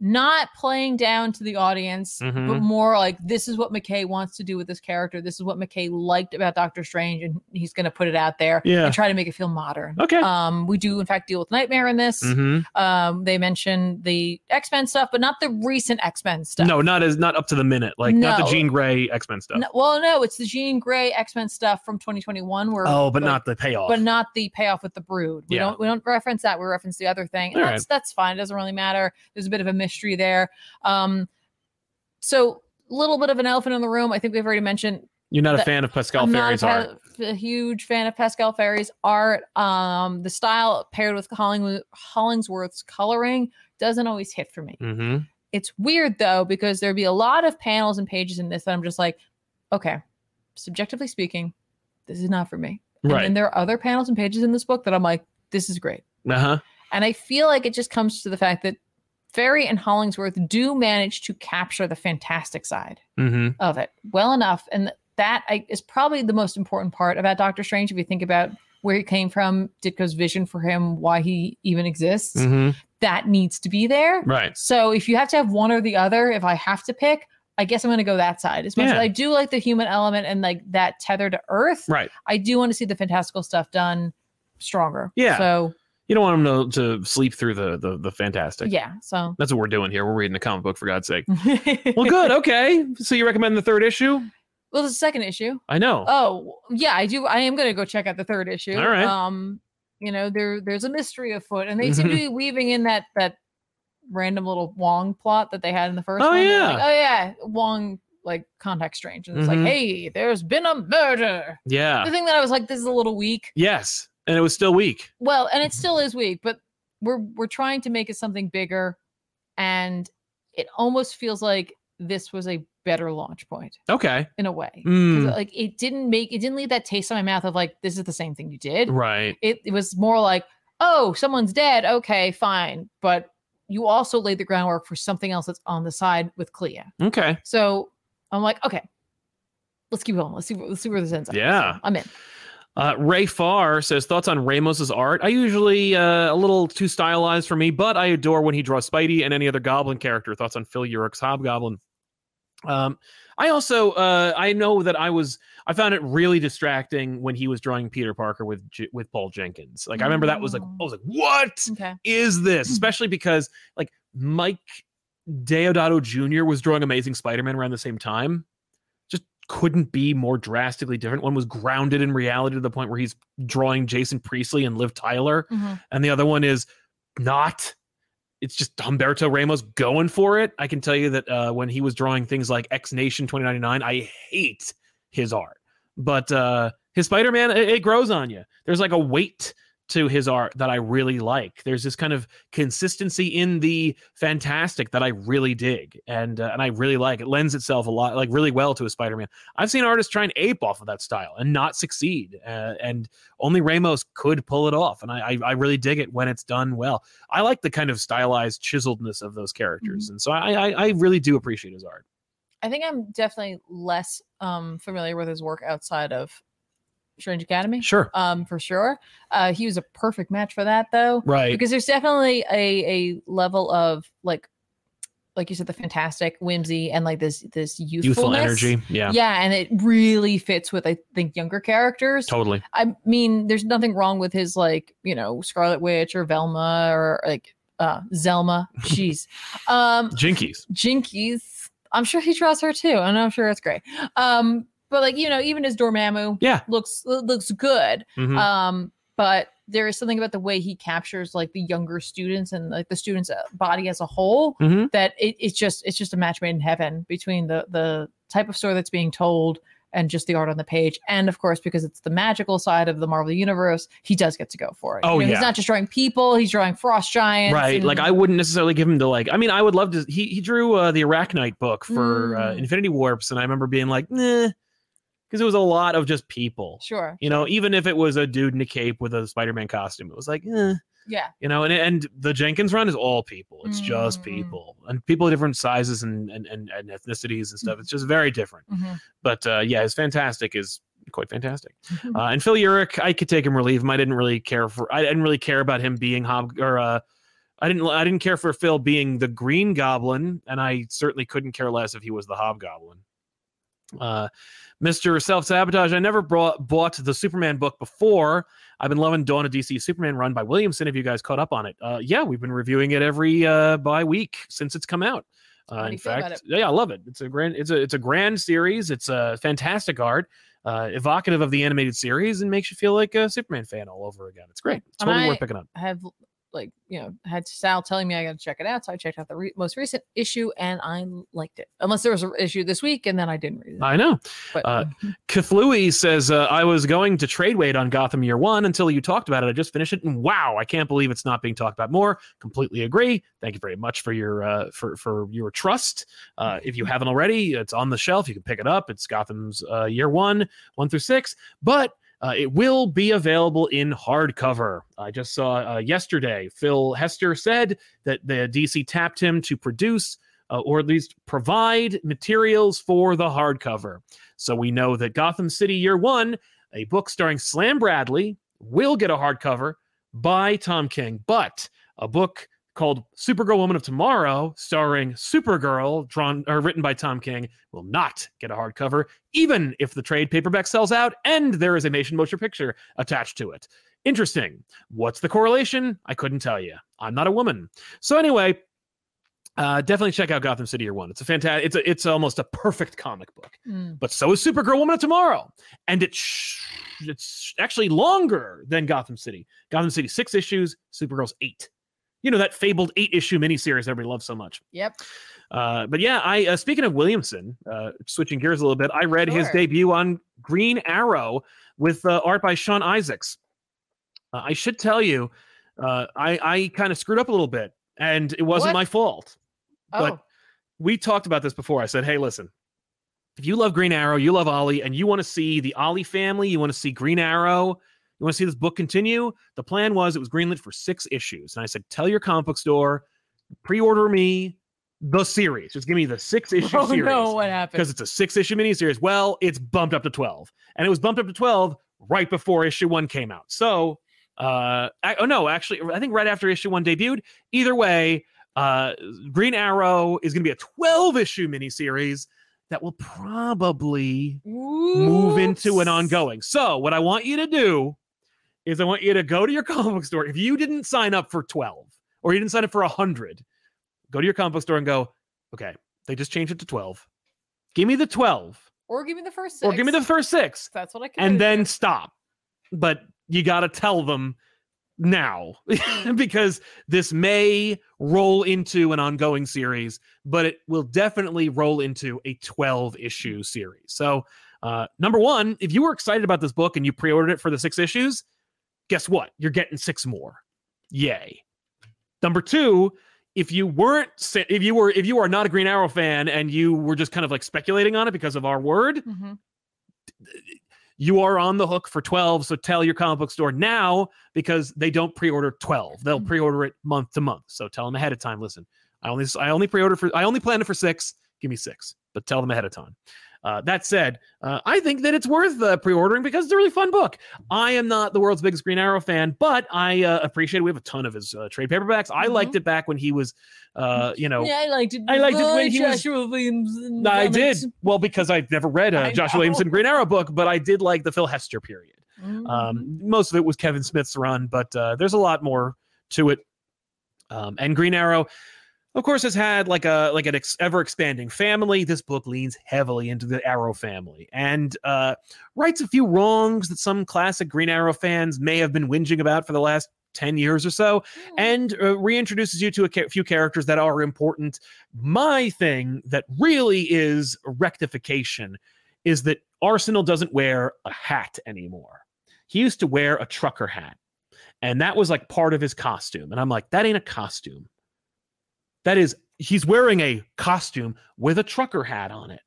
A: not playing down to the audience but
B: Mhm.
A: more like this is what mckay wants to do with this character this is what mckay liked about doctor strange and he's going to put it out there
B: Yeah.
A: and try to make it feel modern
B: Okay.
A: [laughs] um we do in fact deal with nightmare in this
B: Mhm.
A: um they mention the x-men stuff but not the recent x-men stuff
B: No, not as not up to the minute. Like not the
A: No.
B: Jean Grey X Men stuff.
A: No- well no it's the jean gray x-men stuff from 2021 where
B: oh, but not the payoff.
A: but not the payoff with the brood. We
B: Yeah.
A: don't we don't reference that. We reference the other thing. And
B: All
A: that's that's fine. It doesn't really matter. There's a bit of a mystery there. Um, so little bit of an elephant in the room. I think we've already mentioned.
B: You're not a
A: the-
B: fan of Pascal
A: I'm
B: Ferry's
A: not
B: art.
A: a, pa- a huge fan of Pascal Ferry's art. Um, the style paired with Holling- Hollingsworth's coloring doesn't always hit for me.
B: Mm-hmm.
A: It's weird though because there'd be a lot of panels and pages in this that I'm just like, okay, subjectively speaking, this is not for me. And
B: Right.
A: then there are other panels and pages in this book that I'm like, this is great.
B: Uh huh.
A: And I feel like it just comes to the fact that Ferry and Hollingsworth do manage to capture the fantastic side
B: Mm-hmm.
A: of it well enough. And that I, is probably the most important part about Doctor Strange. If you think about where he came from, Ditko's vision for him, why he even exists,
B: Mm-hmm.
A: that needs to be there.
B: Right.
A: So if you have to have one or the other, if I have to pick, I guess I'm going to go that side. As much as
B: Yeah.
A: I do like the human element and like that tether to Earth,
B: Right.
A: I do want to see the fantastical stuff done stronger.
B: Yeah.
A: So
B: You don't want him to, to sleep through the, the the fantastic.
A: yeah. So [laughs]
B: That's what we're doing here. We're reading a comic book for God's sake. Well, good. Okay. So you recommend the third issue?
A: well, the second issue.
B: I know.
A: Oh yeah, I do. I am going to go check out the third issue.
B: All right.
A: Um, you know there there's a mystery afoot, and they
B: [laughs]
A: seem to be weaving in that that random little Wong plot that they had in the first.
B: Oh,
A: one. They're
B: yeah.
A: Like, oh yeah, Wong like contact strange, and it's
B: Mhm.
A: like, hey, there's been a murder.
B: yeah.
A: The thing that I was like, this is a little weak.
B: Yes. And it was still weak.
A: Well, and it still is weak, but we're we're trying to make it something bigger, and it almost feels like this was a better launch point
B: Okay.
A: in a way. 'Cause,
B: Mm.
A: Like it didn't make it didn't leave that taste in my mouth of like this is the same thing you did.
B: Right.
A: It, it was more like oh someone's dead okay fine, but you also laid the groundwork for something else that's on the side with Clea.
B: Okay.
A: So I'm like okay, let's keep going. Let's see let's see where this ends up. So,
B: Yeah.
A: I'm in.
B: Uh, Ray Farr says thoughts on Ramos's art. I usually uh, a little too stylized for me, but I adore when he draws Spidey and any other Goblin character. Thoughts on Phil Urich's Hobgoblin. Um, I also uh, I know that I was I found it really distracting when he was drawing Peter Parker with J- with Paul Jenkins. Like I remember that was like I was like what
A: Okay.
B: is this? Especially because like Mike Deodato Jr. was drawing Amazing Spider-Man around the same time. Just couldn't be more drastically different. One was grounded in reality to the point where he's drawing Jason Priestley and Liv Tyler,
A: Mhm.
B: and the other one is not. it's just Humberto Ramos going for it. I can tell you that uh, when he was drawing things like X Nation 2099, I hate his art, but uh, his Spider Man, it, it grows on you. There's like a weight to his art that I really like. There's this kind of consistency in the fantastic that I really dig and uh, and I really like. It lends itself a lot, like really well to a Spider Man. I've seen artists try and ape off of that style and not succeed, uh, and only Ramos could pull it off. And I, I I really dig it when it's done well. I like the kind of stylized chiseledness of those characters, and so I, I I really do appreciate his art.
A: I think I'm definitely less um, familiar with his work outside of Strange Academy,
B: Sure,
A: um, for sure. Uh, he was a perfect match for that, though,
B: right.
A: because there's definitely a a level of like, like you said, the fantastic whimsy and like this this youthfulness.
B: Youthful energy, yeah,
A: Yeah. and it really fits with I think younger characters.
B: totally.
A: I mean, there's nothing wrong with his like, you know, Scarlet Witch or Velma or like uh
B: [laughs]
A: Zelma. Jeez. um
B: Jinkies,
A: Jinkies. I'm sure he draws her too, and I'm sure it's great. Um, but like, you know, even his Dormammu
B: yeah.
A: looks looks good.
B: Mhm.
A: Um, but there is something about the way he captures like the younger students and like the students' uh, body as a whole
B: Mhm.
A: that it, it's just it's just a match made in heaven between the the type of story that's being told and just the art on the page and of course because it's the magical side of the marvel universe he does get to go for it
B: Oh, yeah.
A: he's not just drawing people he's drawing frost giants
B: right
A: and-
B: like i wouldn't necessarily give him to like i mean i would love to he, he drew uh, the arachnite book for uh,
A: Mm.
B: infinity warps and i remember being like nah because it was a lot of just people
A: sure
B: you know even if it was a dude in a cape with a spider-man costume it was like eh.
A: yeah
B: you know and and the jenkins run is all people it's just
A: Mm.
B: people and people of different sizes and and, and, and ethnicities and
A: Mm.
B: stuff it's just very different
A: Mhm.
B: but uh, yeah, his fantastic is quite fantastic. Uh, and Phil Urich, I could take him or leave him. I didn't really care for. I didn't really care about him being Hob or. Uh, I didn't. I didn't care for Phil being the Green Goblin, and I certainly couldn't care less if he was the Hobgoblin. Uh, Mister Self Sabotage. I never brought bought the Superman book before. I've been loving Dawn of DC Superman run by Williamson. Have you guys caught up on it? Uh, yeah, we've been reviewing it every uh, bi week since it's come out.
A: How
B: Uh,
A: do
B: in
A: you feel about
B: fact, yeah, I love it. It's a grand. It's a it's a grand series. It's a fantastic art, uh, evocative of the animated series, and makes you feel like a Superman fan all over again. It's great. It's
A: And
B: totally
A: I-
B: worth picking up.
A: I have like you know had Sal telling me I got to check it out, so I checked out the re- most recent issue and I liked it. Unless there was an issue this week and then I didn't read it.
B: I know.
A: but
B: uh, Kiflui says, uh, I was going to trade weight on Gotham Year One until you talked about it. I just finished it, and wow, I can't believe it's not being talked about more. Completely agree. Thank you very much for your uh, for for your trust. Uh, if you haven't already, it's on the shelf. You can pick it up. It's Gotham's uh, Year One, one through six, but. Uh, it will be available in hardcover. I just saw uh, yesterday. Phil Hester said that the DC tapped him to produce uh, or at least provide materials for the hardcover. So we know that Gotham City Year One, a book starring Slam Bradley, will get a hardcover by Tom King, but a book called Supergirl Woman of Tomorrow, starring Supergirl, drawn or written by Tom King, will not get a hardcover, even if the trade paperback sells out and there is a motion motion picture attached to it. Interesting. What's the correlation? I couldn't tell you. I'm not a woman. So anyway, uh, definitely check out Gotham City Year One. It's a fantastic. It's a, it's almost a perfect comic book
A: mm,
B: but so is Supergirl Woman of Tomorrow. And it's sh- it's sh- actually longer than Gotham City. Gotham City six issues, Supergirl's eight. You know that fabled eight issue miniseries everybody loves so much.
A: yep.
B: Uh, but yeah, I uh, speaking of Williamson, uh, switching gears a little bit, I read his
A: Sure.
B: debut on Green Arrow with uh, art by Sean Isaacs. Uh, I should tell you, uh, I I kind of screwed up a little bit, and it wasn't
A: What?
B: my fault
A: Oh,
B: but we talked about this before. I said, hey, listen, if you love Green Arrow, you love Ollie, and you want to see the Ollie family, you want to see Green Arrow, you want to see this book continue. The plan was it was greenlit for six issues. And I said, tell your comic book store, pre order me the series. Just give me the six issue
A: [laughs] oh
B: series
A: no, what happened?
B: because it's a six issue miniseries. Well, it's bumped up to 12, and it was bumped up to 12 right before issue one came out. So, uh, I, oh no, actually, I think right after issue one debuted. Either way, uh, Green Arrow is going to be a 12 issue miniseries that will probably move into an
A: Whoops.
B: ongoing. So, what I want you to do is I want you to go to your [laughs] comic book store. If you didn't sign up for 12 or you didn't sign up for 100, go to your comic book store and go, okay, they just changed it to 12. Give me the 12
A: Or give me the first.
B: or give me the
A: six.
B: first six
A: That's what I can.
B: and then stop. But you got to tell them now [laughs] because this may roll into an ongoing series, but it will definitely roll into a 12 issue series. So, uh, number one, if you were excited about this book and you pre ordered it for the six issues, guess what? You're getting six more. Yay. Number two, if you weren't, sa- if you were, if you are not a Green Arrow fan and you were just kind of like speculating on it because of our word,
A: hmm
B: you are on the hook for 12 so tell your comic book store now because they don't pre-order 12 they'll
A: Mhm.
B: pre-order it month to month so tell them ahead of time listen i only i only pre-order for i only planned it for six give me six but tell them ahead of time uh, that said uh, i think that it's worth uh, pre-ordering because it's a really fun book i am not the world's biggest green arrow fan but i uh, appreciate it. we have a ton of his uh, trade paperbacks i
A: Mhm.
B: liked it back when he was uh, you know
A: Mm, Yeah, I liked it.
B: I liked it
A: before
B: when he was-
A: Joshua Williams. and
B: I did
A: comics.
B: well because I've never read
A: I
B: a
A: know.
B: Joshua Williamson Green Arrow book, but I did like the Phil Hester period.
A: Mhm.
B: Um, most of it was Kevin Smith's run, but uh, there's a lot more to it. Um, and Green Arrow, of course, has had like a like an ex- ever expanding family. This book leans heavily into the Arrow family and uh, rights a few wrongs that some classic Green Arrow fans may have been whinging about for the last. 10 years or so
A: Mm-hmm.
B: and uh, reintroduces you to a ca- few characters that are important my thing that really is rectification is that arsenal doesn't wear a hat anymore he used to wear a trucker hat and that was like part of his costume and i'm like that ain't a costume that is he's wearing a costume with a trucker hat on it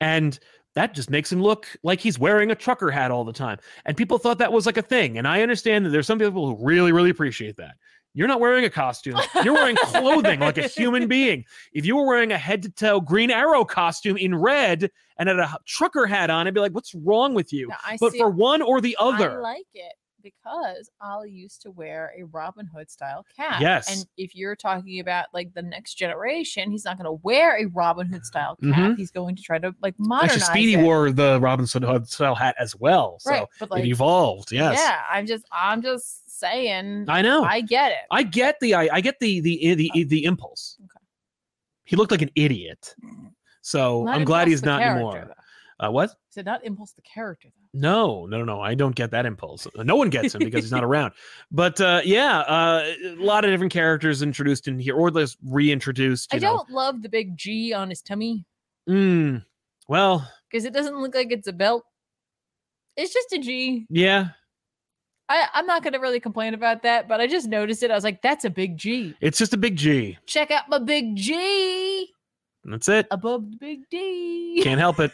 B: and that just makes him look like he's wearing a trucker hat all the time and people thought that was like a thing and i understand that there's some people who really really appreciate that you're not wearing a costume
A: [laughs]
B: you're wearing clothing like a human being if you were wearing a head to toe green arrow costume in red and had a h- trucker hat on i'd be like what's wrong with you
A: Now, I
B: but
A: see-
B: for one or the other
A: I like it because Ollie used to wear a Robin Hood style cap.
B: Yes.
A: And if you're talking about like the next generation, he's not going to wear a Robin Hood style cap.
B: Mhm.
A: He's going to try to like
B: Actually,
A: modernize
B: Speedy
A: it.
B: wore the Robinson Hood style hat as well, so
A: right, but like
B: it evolved. Yes,
A: yeah, I'm just I'm just saying I,
B: I know. I,
A: get it.
B: get the I, I get the the the the, the impulse.
A: Oh. Okay.
B: He looked like an idiot, so
A: Not
B: I'm glad
A: impulse
B: he's
A: the
B: not
A: character,
B: anymore.
A: though.
B: Uh, what?
A: So not impulse the character though.
B: No, no, no, no. I don't get that impulse. No one gets him because
A: [laughs]
B: he's not around. But uh, yeah, uh, a lot of different characters introduced in here, or just reintroduced. You
A: I
B: know.
A: don't love the big G on his tummy
B: Mm, well,
A: because it doesn't look like it's a belt. It's just a G.
B: yeah,
A: I, I'm not gonna really complain about that, but I just noticed it. I was like, that's a big G.
B: it's just a big G.
A: Check out my big G [laughs]
B: That's it.
A: above the big D.
B: Can't help it.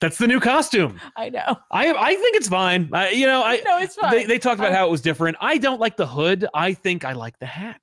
B: That's the new costume.
A: [laughs] I know.
B: I I think it's fine. I, you know, [laughs] I
A: no, it's fine.
B: they, they talked about
A: I-
B: how it was different. I don't like the hood. I think I like the hat.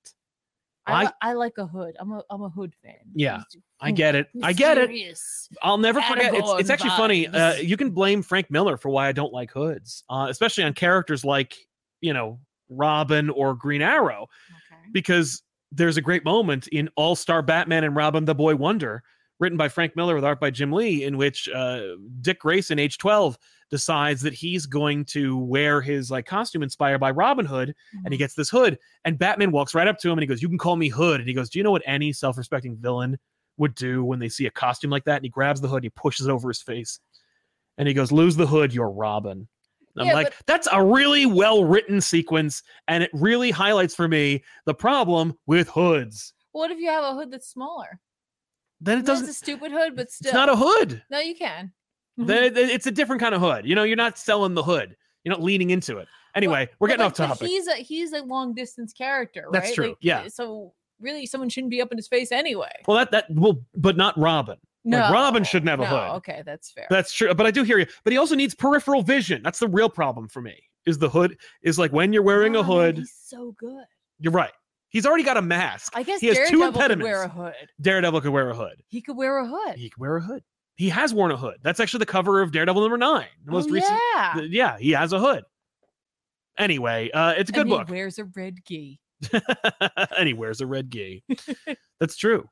A: I,
B: I-
A: li- I like a hood. I'm a I'm a hood fan.
B: Yeah,
A: Just
B: I
A: Hmm.
B: get it. I get it.
A: mysterious.
B: I'll never forget. It's,
A: Aragorn
B: it's actually funny. Uh,
A: vibes.
B: you can blame Frank Miller for why I don't like hoods, uh, especially on characters like you know Robin or Green Arrow,
A: Okay.
B: because there's a great moment in All Star Batman and Robin the Boy Wonder, written by Frank Miller with art by Jim Lee, in which uh, Dick Grayson, age 12, decides that he's going to wear his like costume inspired by Robin Hood and he gets this hood and batman walks right up to him and he goes you can call me hood and he goes do you know what any self-respecting villain would do when they see a costume like that and he grabs the hood and he pushes it over his face and he goes lose the hood you're robin And i'm
A: Yeah,
B: like that's a really well written sequence and it really highlights for me the problem with hoods
A: What if you have a hood that's smaller?
B: then it
A: That's a
B: doesn't
A: stupid hood, but still. Mm-hmm.
B: it's not a hood
A: No, you can.
B: Then it- it's a different kind of hood you know you're not selling the hood you're not leaning into it anyway we're
A: But,
B: getting
A: like,
B: off
A: but
B: topic
A: He's a he's a long distance character, right?
B: That's true,
A: Like, eh,
B: yeah.
A: So really, someone shouldn't be up in his face anyway.
B: well that that well but not robin
A: No,
B: like, Robin shouldn't have a
A: no,
B: hood.
A: Okay, that's fair.
B: That's true, but I do hear you. But he also needs peripheral vision. That's the real problem for me. Is the hood is like when you're wearing a
A: Robin,
B: hood,
A: He's so good.
B: you're right. He's already got a mask.
A: I guess
B: He has two
A: Daredevil could wear a
B: impediments.
A: hood.
B: Daredevil could wear a hood.
A: He could wear a hood.
B: He could wear a hood. He has worn a hood. That's actually the cover of Daredevil number nine, the most
A: oh,
B: recent.
A: Yeah.
B: th- yeah, he has a hood. Anyway, uh, it's a good
A: and
B: book.
A: He wears a red gi. [laughs]
B: [laughs] and he wears a red gi. That's true.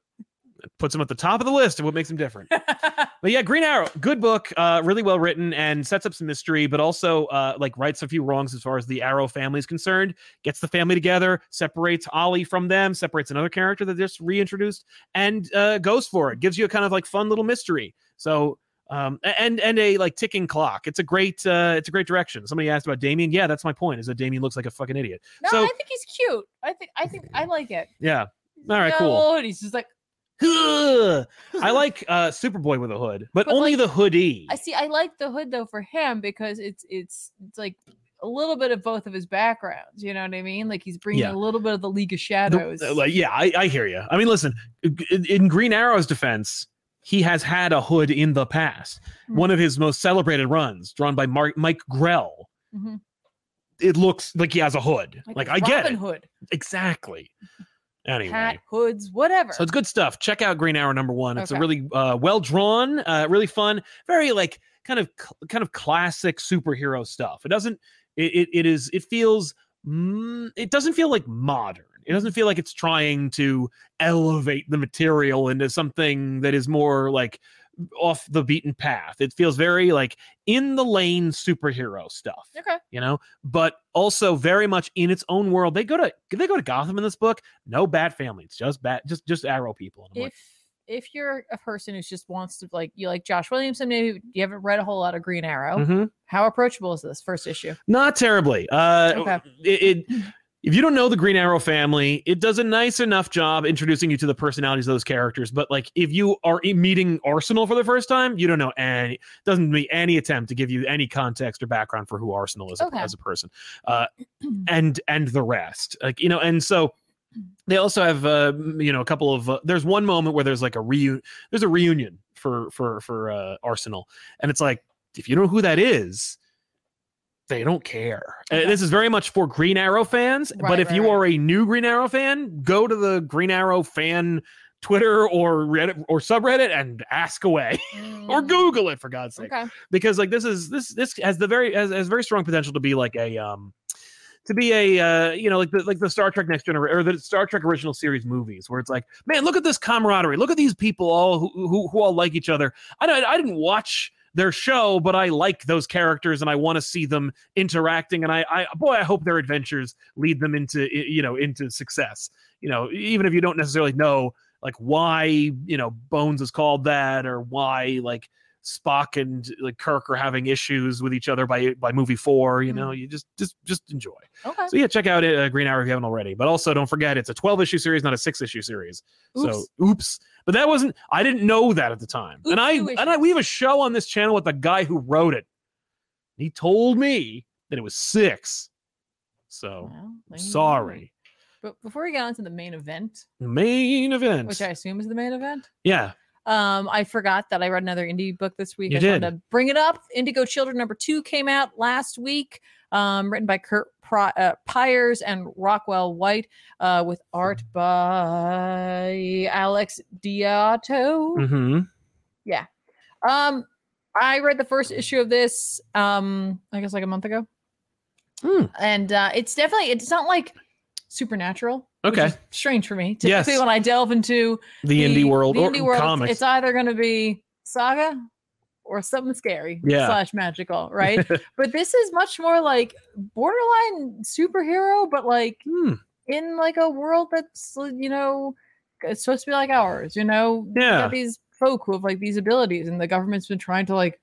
B: It puts him at the top of the list of what makes him different. But yeah, Green Arrow, good book, uh, really well written, and sets up some mystery, but also uh, like rights a few wrongs as far as the Arrow family is concerned. Gets the family together, separates Ollie from them, separates another character that just reintroduced, and uh, goes for it. Gives you a kind of like fun little mystery. So um, a- and and a like ticking clock. It's a great uh, it's a great direction. Somebody asked about Damien. Yeah, that's my point. Is that Damien looks like a fucking idiot.
A: No,
B: So-
A: I think he's cute. I think I think I like it.
B: Yeah. All right,
A: no,
B: cool.
A: And he's just like
B: Ugh. [laughs] I like uh, Superboy with a hood, but,
A: But,
B: only
A: like,
B: the hoodie.
A: I see. I like the hood though for him because it's it's it's like a little bit of both of his backgrounds. You know what I mean? Like he's bringing
B: Yeah.
A: a little bit of the League of
B: The-
A: Shadows.
B: like, yeah, I, I hear you. I mean, listen, in, in Green Arrow's defense, he has had a hood in the past.
A: Hmm.
B: One of his most celebrated runs, drawn by Mark, Mike Grell,
A: Mhm.
B: it looks like he has a hood. Like,
A: a
B: I get
A: Robin
B: it.
A: Hood,
B: Exactly. Anyway.
A: hat, hoods, whatever.
B: So it's good stuff. Check out Green Arrow number one. It's a
A: Okay.
B: really uh, well drawn, uh, really fun, very like kind of cl- kind of classic superhero stuff. It doesn't. It it, it is. It feels. Mm, it doesn't feel like modern. It doesn't feel like it's trying to elevate the material into something that is more like off the beaten path. It feels very like in the lane superhero stuff
A: okay.
B: you know but also very much in its own world they go to they go to gotham in this book no bad family it's just bad just just arrow people and I'm like,
A: If if you're a person who just wants to like you like Josh Williamson, maybe you haven't read a whole lot of Green Arrow.
B: mhm.
A: How approachable is this first
B: [clears throat]
A: issue? [clears throat]
B: not terribly uh
A: Okay.
B: it, it if you don't know the green arrow family it does a nice enough job introducing you to the personalities of those characters but like if you are e- meeting arsenal for the first time you don't know any doesn't make any attempt to give you any context or background for who arsenal is
A: Okay.
B: as a person uh and and the rest like you know and so they also have uh m- you know a couple of uh, there's one moment where there's like a reunion there's a reunion for for for uh arsenal and it's like if you know who that is they don't care Uh,
A: Okay.
B: this is very much for green arrow fans but
A: Right,
B: if
A: right,
B: you
A: right.
B: are a new green arrow fan go to the green arrow fan twitter or reddit or subreddit and ask away [laughs] or
A: Mm,
B: google it for god's sake
A: Okay.
B: because like this is this this has the very has, has very strong potential to be like a um to be a uh, you know like the like the Star Trek Next Generation or the Star Trek original series movies where it's like man look at this camaraderie look at these people all who who, who all like each other I don't I didn't watch their show but I like those characters and I want to see them interacting and I I boy I hope their adventures lead them into i- you know into success you know e, even if you don't necessarily know like why you know Bones is called that or why like Spock and like Kirk are having issues with each other by by movie four.
A: Mm-hmm.
B: You know, you just just just enjoy.
A: Okay.
B: So yeah, check out uh, Green Hour if you haven't already. But also don't forget it's a twelve issue series, not a six issue series.
A: Oops.
B: So oops. But that wasn't I didn't know that at the time.
A: Oops,
B: and I
A: two
B: and I we have a show on this channel with the guy who wrote it. He told me that it was six. So
A: Well, there you go.
B: sorry.
A: But before we get on to the main event,
B: Main event.
A: which I assume is the main event,
B: yeah.
A: um, I forgot that I read another indie book this week.
B: You
A: I just
B: did.
A: wanted to bring it up. Indigo Children number two came out last week, um, written by Kurt Pro- uh, Pyers and Rockwell White, uh, with art by Alex Diato.
B: Mm-hmm. Hmm.
A: Um, I read the first issue of this, um, I guess like a month ago,
B: Hmm.
A: and uh, it's definitely it's not like supernatural. which
B: Okay.
A: is strange for me.
B: Yes.
A: Typically, when I delve into
B: The, indie world
A: the
B: or
A: indie world,
B: comics.
A: it's either going to be saga or something scary
B: Yeah.
A: slash magical,
B: [laughs]
A: right? but this is much more like borderline superhero, but like
B: Hmm,
A: in like a world that's you know it's supposed to be like ours. You know, You
B: Yeah.
A: got these folk who have like these abilities, and the government's been trying to like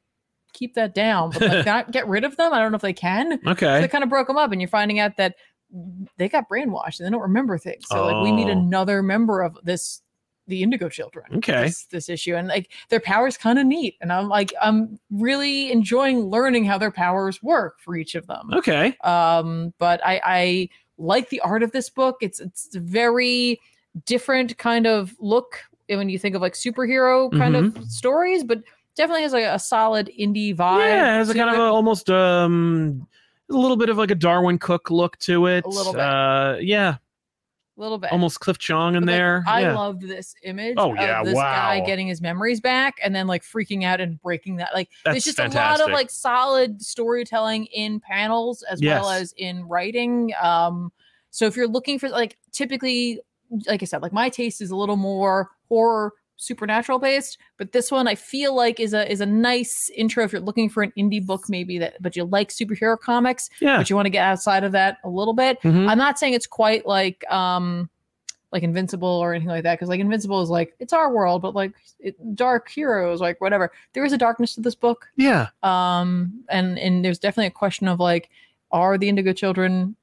A: keep that down, but
B: [laughs]
A: like not get rid of them. I don't know if they can. So
B: Okay.
A: they kind of broke them up, and you're finding out that they got brainwashed and they don't remember things. So like we need
B: Oh.
A: another member of this, the Indigo Children.
B: Okay.
A: This, this issue and like their powers kind of neat, and I'm like I'm really enjoying learning how their powers work for each of them.
B: Okay.
A: Um, but I I like the art of this book. It's it's a very different kind of look when you think of like superhero kind
B: Mm-hmm.
A: of stories, but definitely has like a solid indie vibe.
B: Yeah, it has a
A: to
B: kind of
A: it.
B: a, almost um a little bit of like a Darwin Cook look to it.
A: little bit.
B: Uh, yeah,
A: little bit
B: almost Cliff Chong in
A: But, like,
B: there.
A: I
B: yeah.
A: loved this image.
B: Oh,
A: of
B: yeah,
A: this guy
B: wow.
A: getting his memories back and then like freaking out and breaking that. Like
B: That's
A: there's just a lot
B: fantastic.
A: of like solid storytelling in panels as well
B: Yes.
A: as in writing. Um, so if you're looking for like typically, like I said, like my taste is a little more horror supernatural based, but this one I feel like is a is a nice intro if you're looking for an indie book maybe that but you like superhero comics,
B: yeah.
A: but you want to get outside of that a little bit.
B: Mhm.
A: I'm not saying it's quite like um like Invincible or anything like that. Because like Invincible is like it's our world, but like it, dark heroes, like whatever. There is a darkness to this book,
B: Yeah.
A: um, and and there's definitely a question of like, are the Indigo Children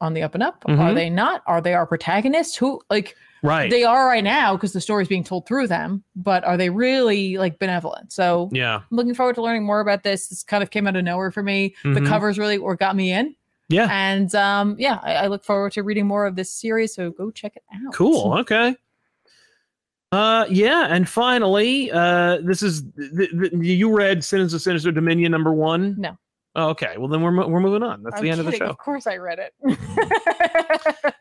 A: on the up and up? Are
B: Mhm.
A: they not? Are they our protagonists? Who like
B: Right.
A: they are right now because the story's being told through them, but are they really like benevolent? So
B: yeah.
A: I'm looking forward to learning more about this. This kind of came out of nowhere for me.
B: Mhm.
A: The covers really or got me in.
B: Yeah.
A: And um, yeah, I, I look forward to reading more of this series. So go check it out.
B: Cool. Okay. Uh, yeah, and finally, uh, this is th- th- you read *Sins of Sinister Dominion* number one.
A: No.
B: Oh, okay. Well, then we're mo- we're moving on. That's
A: I'm
B: the end of the
A: kidding.
B: show.
A: course I read
B: [laughs]
A: it.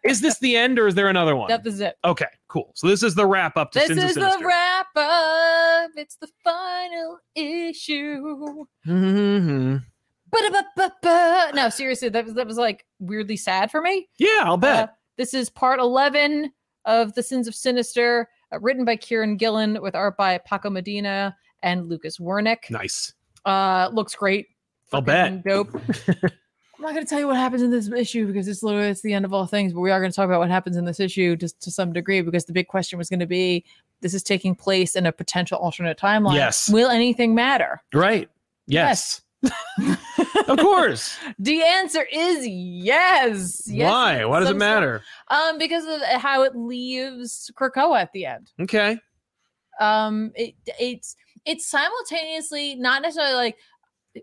B: Is this the end, or is there another one?
A: that was it.
B: okay. Cool. So this is the wrap up to
A: This
B: *Sins
A: is
B: of
A: the
B: Sinister*.
A: wrap up. It's the final issue.
B: Mhm.
A: Ba-da-ba-ba-ba. No, seriously, that was that was like weirdly sad for me.
B: Yeah, I'll bet.
A: Uh, this is part 11 of The Sins of Sinister, uh, written by Kieran Gillen with art by Paco Medina and Lucas Wernick.
B: nice.
A: Uh, looks great.
B: I'll
A: Fucking
B: bet.
A: Dope. I'm not going to tell you what happens in this issue because it's literally it's the end of all things, but we are going to talk about what happens in this issue just to some degree because the big question was going to be this is taking place in a potential alternate timeline.
B: Yes.
A: Will anything matter?
B: Right. Yes.
A: [laughs]
B: of course.
A: The answer is yes. yes
B: Why? Why does it
A: some stuff-
B: matter?
A: Um, because of how it leaves Krakoa at the end.
B: Okay.
A: um it it's it's simultaneously not necessarily like eh,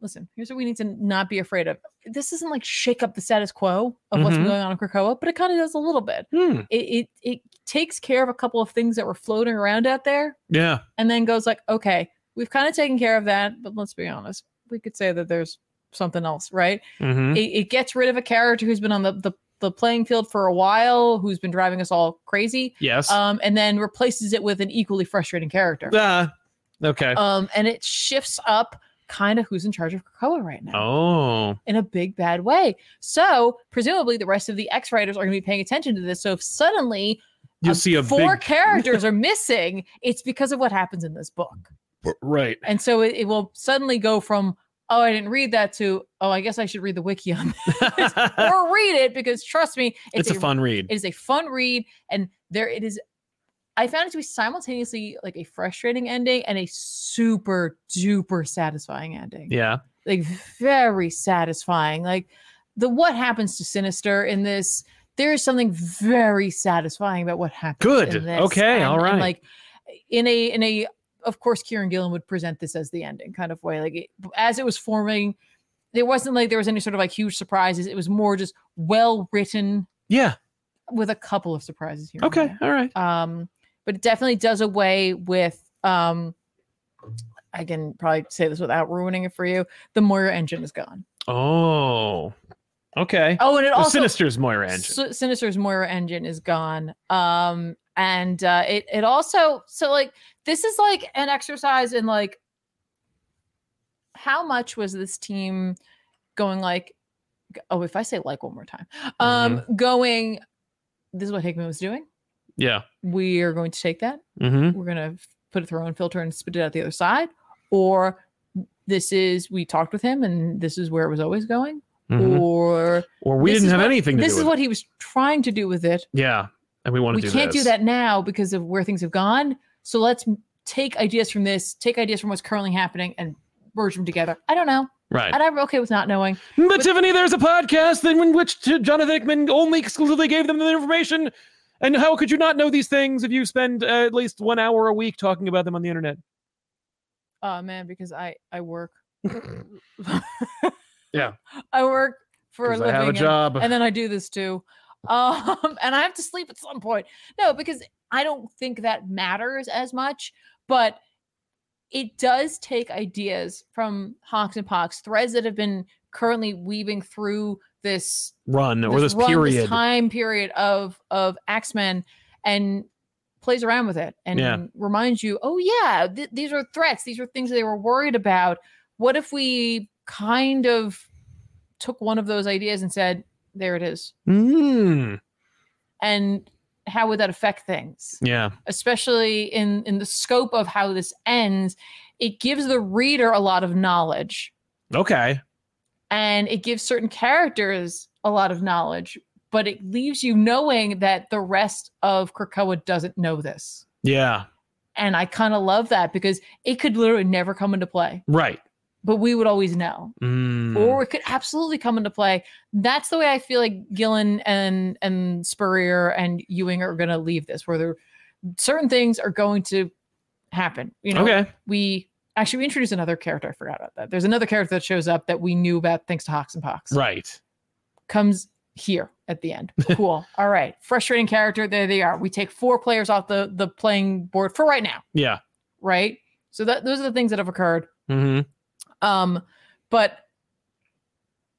A: listen here's what we need to not be afraid of this isn't like shake up the status quo of what's been
B: Mhm.
A: going on in krakoa but it kind of does a little bit
B: Hmm.
A: it, it it takes care of a couple of things that were floating around out there
B: Yeah.
A: and then goes like okay we've kind of taken care of that but let's be honest we could say that there's something else right
B: Mm-hmm.
A: it, it gets rid of a character who's been on the, the the playing field for a while who's been driving us all crazy
B: Yes.
A: um and then replaces it with an equally frustrating character
B: Ah. okay.
A: um, and it shifts up kind of who's in charge of Krakoa right now
B: oh.
A: in a big bad way. So presumably the rest of the X writers are going to be paying attention to this. So if suddenly
B: You'll
A: uh,
B: see a
A: four
B: big [laughs]
A: characters are missing, it's because of what happens in this book.
B: right.
A: And so it, it will suddenly go from oh I didn't read that to oh I guess I should read the wiki on
B: it's, [laughs]
A: that or read it because trust me it's,
B: a, fun read.
A: it is a fun read and there it is i found it to be simultaneously like a frustrating ending and a super duper satisfying ending
B: yeah.
A: like very satisfying like the what happens to sinister in this there is something very satisfying about what happens
B: Good.
A: in this.
B: Okay,
A: And-
B: all
A: and,
B: right.
A: like in a in a of course kieran gillen would present this as the ending kind of way like it, as it was forming there wasn't like there was any sort of like huge surprises it was more just well written
B: Yeah.
A: with a couple of surprises here. and
B: Okay. All right.
A: there. Um, but it definitely does away with um I can probably say this without ruining it for you. The Moira engine is gone.
B: Oh. Okay.
A: Oh, and it
B: The
A: also
B: Sinister's Moira engine.
A: Sin- Sinister's Moira engine is gone. Um, and uh, it it also so like this is like an exercise in like how much was this team going like g- oh if I say like one more time um
B: Mm-hmm.
A: going this is what Hickman was doing
B: yeah.
A: we are going to take that
B: Mm-hmm.
A: we're going to put it through our own filter and spit it out the other side or this is we talked with him and this is where it was always going or
B: Mm-hmm. Or we
A: this
B: didn't
A: is
B: have
A: what-
B: anything to
A: this
B: do
A: is
B: with
A: what he was trying to do with it
B: it. Yeah. And we want
A: we
B: to do
A: can't
B: this.
A: do that now because of where things have gone so let's m- take ideas from this take ideas from what's currently happening and merge them together i don't know
B: Right.
A: and i'm okay with not knowing
B: But, Tiffany, there's a podcast in which t- Jonathan Hickman only exclusively gave them the information. And how could you not know these things if you spend uh, at least one hour a week talking about them on the internet?
A: oh man because i i work
B: [laughs] Yeah.
A: [laughs] i work for a
B: 'Cause
A: living
B: I have a
A: and-
B: job.
A: and then I do this too. [laughs] Um, and I have to sleep at some point. No, because I don't think that matters as much, but it does take ideas from Hawks and Pox, threads that have been currently weaving through this,
B: Run or this,
A: run,
B: period.
A: time period of of X-Men and plays around with it and
B: Yeah.
A: reminds you, oh yeah, th- these are threats, these are things they were worried about. What if we kind of took one of those ideas and said, there it is.
B: Mm.
A: and how would that affect things
B: Yeah.
A: especially in in the scope of how this ends it gives the reader a lot of knowledge
B: Okay.
A: and it gives certain characters a lot of knowledge but it leaves you knowing that the rest of Krakoa doesn't know this.
B: Yeah.
A: And I kind of love that because it could literally never come into play,
B: Right.
A: but we would always know.
B: Mm.
A: Or it could absolutely come into play. That's the way I feel like Gillen and and Spurrier and Ewing are going to leave this, where there, certain things are going to happen. You know,
B: okay.
A: we actually we introduced another character. I forgot about that. There's another character that shows up that we knew about thanks to Hawks and Pox.
B: Right.
A: Comes here at the end. Cool. All right. Frustrating character. There they are. We take four players off the the playing board for right now.
B: Yeah.
A: Right. So that those are the things that have occurred.
B: hmm
A: Um, but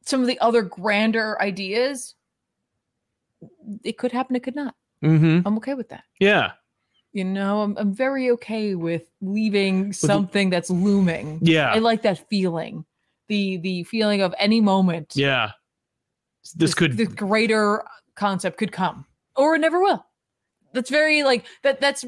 A: some of the other grander ideas, it could happen. It could not.
B: hmm
A: I'm okay with that.
B: Yeah.
A: You know, I'm, I'm very okay with leaving something that's looming.
B: Yeah.
A: I like that feeling. The the feeling of any moment.
B: yeah. This could.
A: the greater concept could come. Or it never will. That's very like that that's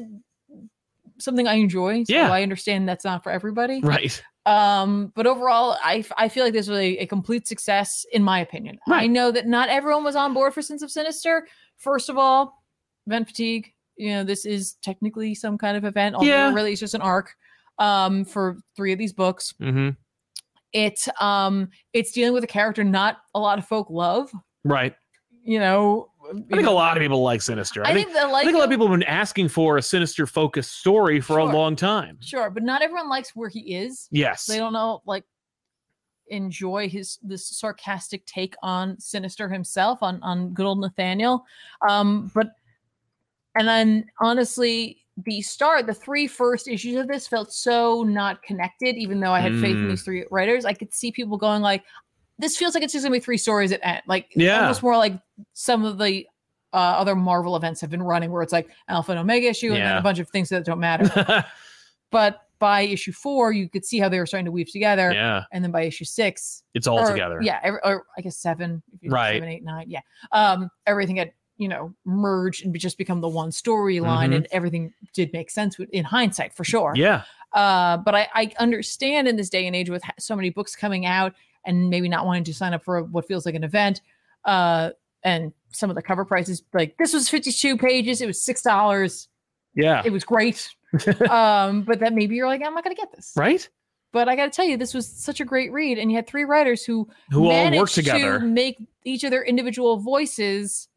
A: something I enjoy. So
B: Yeah.
A: I understand that's not for everybody.
B: right.
A: Um, but overall, I f- I feel like this was a, a complete success in my opinion. I
B: Right.
A: know that not everyone was on board for Sins of Sinister. First of all, event fatigue. You know, this is technically some kind of event, although
B: Yeah.
A: really it's just an arc um for three of these books
B: hmm
A: it um it's dealing with a character not a lot of folk love
B: Right.
A: you know
B: I think a lot of people like Sinister. I,
A: i
B: think,
A: think that
B: I
A: like
B: think a lot of people have been asking for a Sinister focused story for
A: Sure.
B: a long time.
A: sure but not everyone likes where he is
B: Yes. [laughs]
A: they don't know like enjoy his this sarcastic take on sinister himself on on good old nathaniel um but and then honestly the start the three first issues of this felt so not connected even though i had faith in
B: Mm.
A: these three writers i could see people going like this feels like it's just gonna be three stories at end like
B: Yeah.
A: almost more like some of the uh, other marvel events have been running where it's like alpha and omega issue and then
B: Yeah.
A: a bunch of things that don't matter but by issue four, you could see how they were starting to weave together.
B: yeah.
A: And then by issue six,
B: It's all
A: or-
B: together.
A: Yeah, every, or I guess seven, if you-
B: Right.
A: Seven, eight, nine. Yeah, um, everything had you know merged and be- just become the one storyline,
B: Mhm.
A: and everything did make sense with- in hindsight for sure.
B: Yeah.
A: Uh, but I, I understand in this day and age with ha- so many books coming out and maybe not wanting to sign up for what feels like an event, uh, and some of the cover prices. Like this was fifty-two pages. It was six dollars.
B: Yeah.
A: It was
B: [laughs]
A: great. um, but that maybe you're like, I'm not gonna get this.
B: right.
A: But I got to tell you, this was such a great read, and you had three writers who
B: Who all work
A: managed
B: together.
A: to make each of their individual voices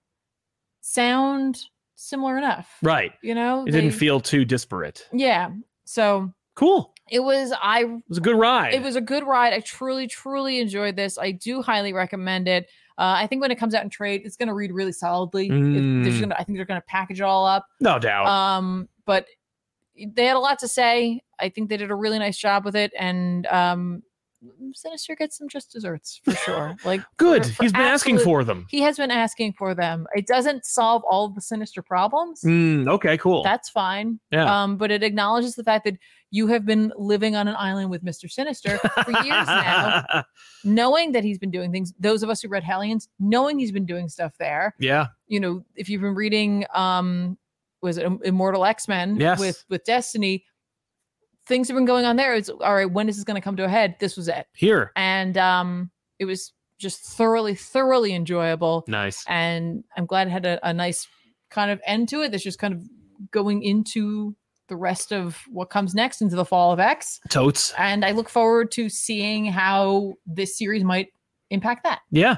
A: sound similar enough.
B: right.
A: You know,
B: It didn't
A: They-
B: feel too disparate.
A: Yeah, so
B: Cool.
A: it was. I.
B: It was a good ride.
A: It was a good ride. I truly, truly enjoyed this. I do highly recommend it. Uh, I think when it comes out in trade, it's going to read really solidly. It- they're just
B: Mm.
A: gonna, I think they're going to package it all up.
B: no doubt.
A: Um, but they had a lot to say. I think they did a really nice job with it, and um, Sinister gets some just desserts for sure. Like
B: good.
A: for- for
B: He's been asking
A: absolute-
B: for them.
A: He has been asking for them. It doesn't solve all of the Sinister problems.
B: Mm, okay. Cool.
A: That's fine.
B: yeah.
A: Um, but it acknowledges the fact that you have been living on an island with Mr. Sinister for
B: [laughs]
A: years now, knowing that he's been doing things. Those of us who read Hellions, knowing he's been doing stuff there
B: yeah.
A: you know, if you've been reading um was it Im- Immortal X-Men
B: Yes.
A: with with Destiny, things have been going on there. It's all right, when is this going to come to a head? This was it.
B: Here.
A: And um it was just thoroughly thoroughly enjoyable
B: Nice.
A: and I'm glad it had a, a nice kind of end to it that's just kind of going into the rest of what comes next into the fall of X.
B: Totes.
A: And I look forward to seeing how this series might impact that
B: Yeah.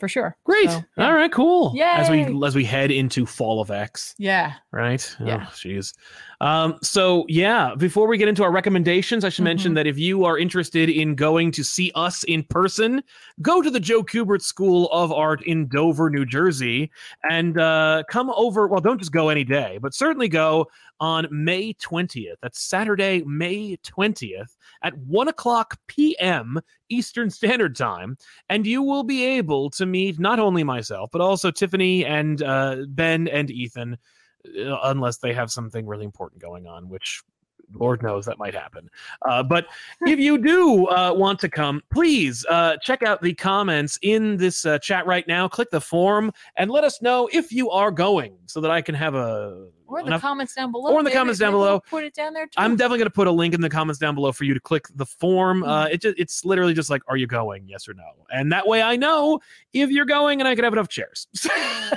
A: for sure.
B: Great.
A: So, yeah.
B: All right. Cool. As
A: Yay.
B: we as we head into Fall of X.
A: Yeah.
B: right?
A: Yeah.
B: Oh, jeez. Um, so yeah, before we get into our recommendations, I should mention
A: Mhm.
B: that if you are interested in going to see us in person, go to the Joe Kubert School of Art in Dover, New Jersey, and uh, come over. Well, don't just go any day, but certainly go on May twentieth. That's Saturday, May twentieth at one o'clock p.m. Eastern Standard Time, and you will be able to meet not only myself but also Tiffany and uh, Ben and Ethan uh, unless they have something really important going on, which Lord knows that might happen. Uh, but if you do uh, want to come, please uh, check out the comments in this uh, chat right now. Click the form and let us know if you are going so that I can have a
A: Or in the
B: enough-
A: comments down below.
B: Or in the
A: maybe-
B: comments down
A: maybe we'll
B: below.
A: Put it down there too.
B: I'm definitely going to put a link in the comments down below for you to click the form.
A: Hmm.
B: Uh, it just, it's literally just like, are you going? Yes or no. And that way I know if you're going and I can have
A: [laughs]
B: enough chairs. [laughs]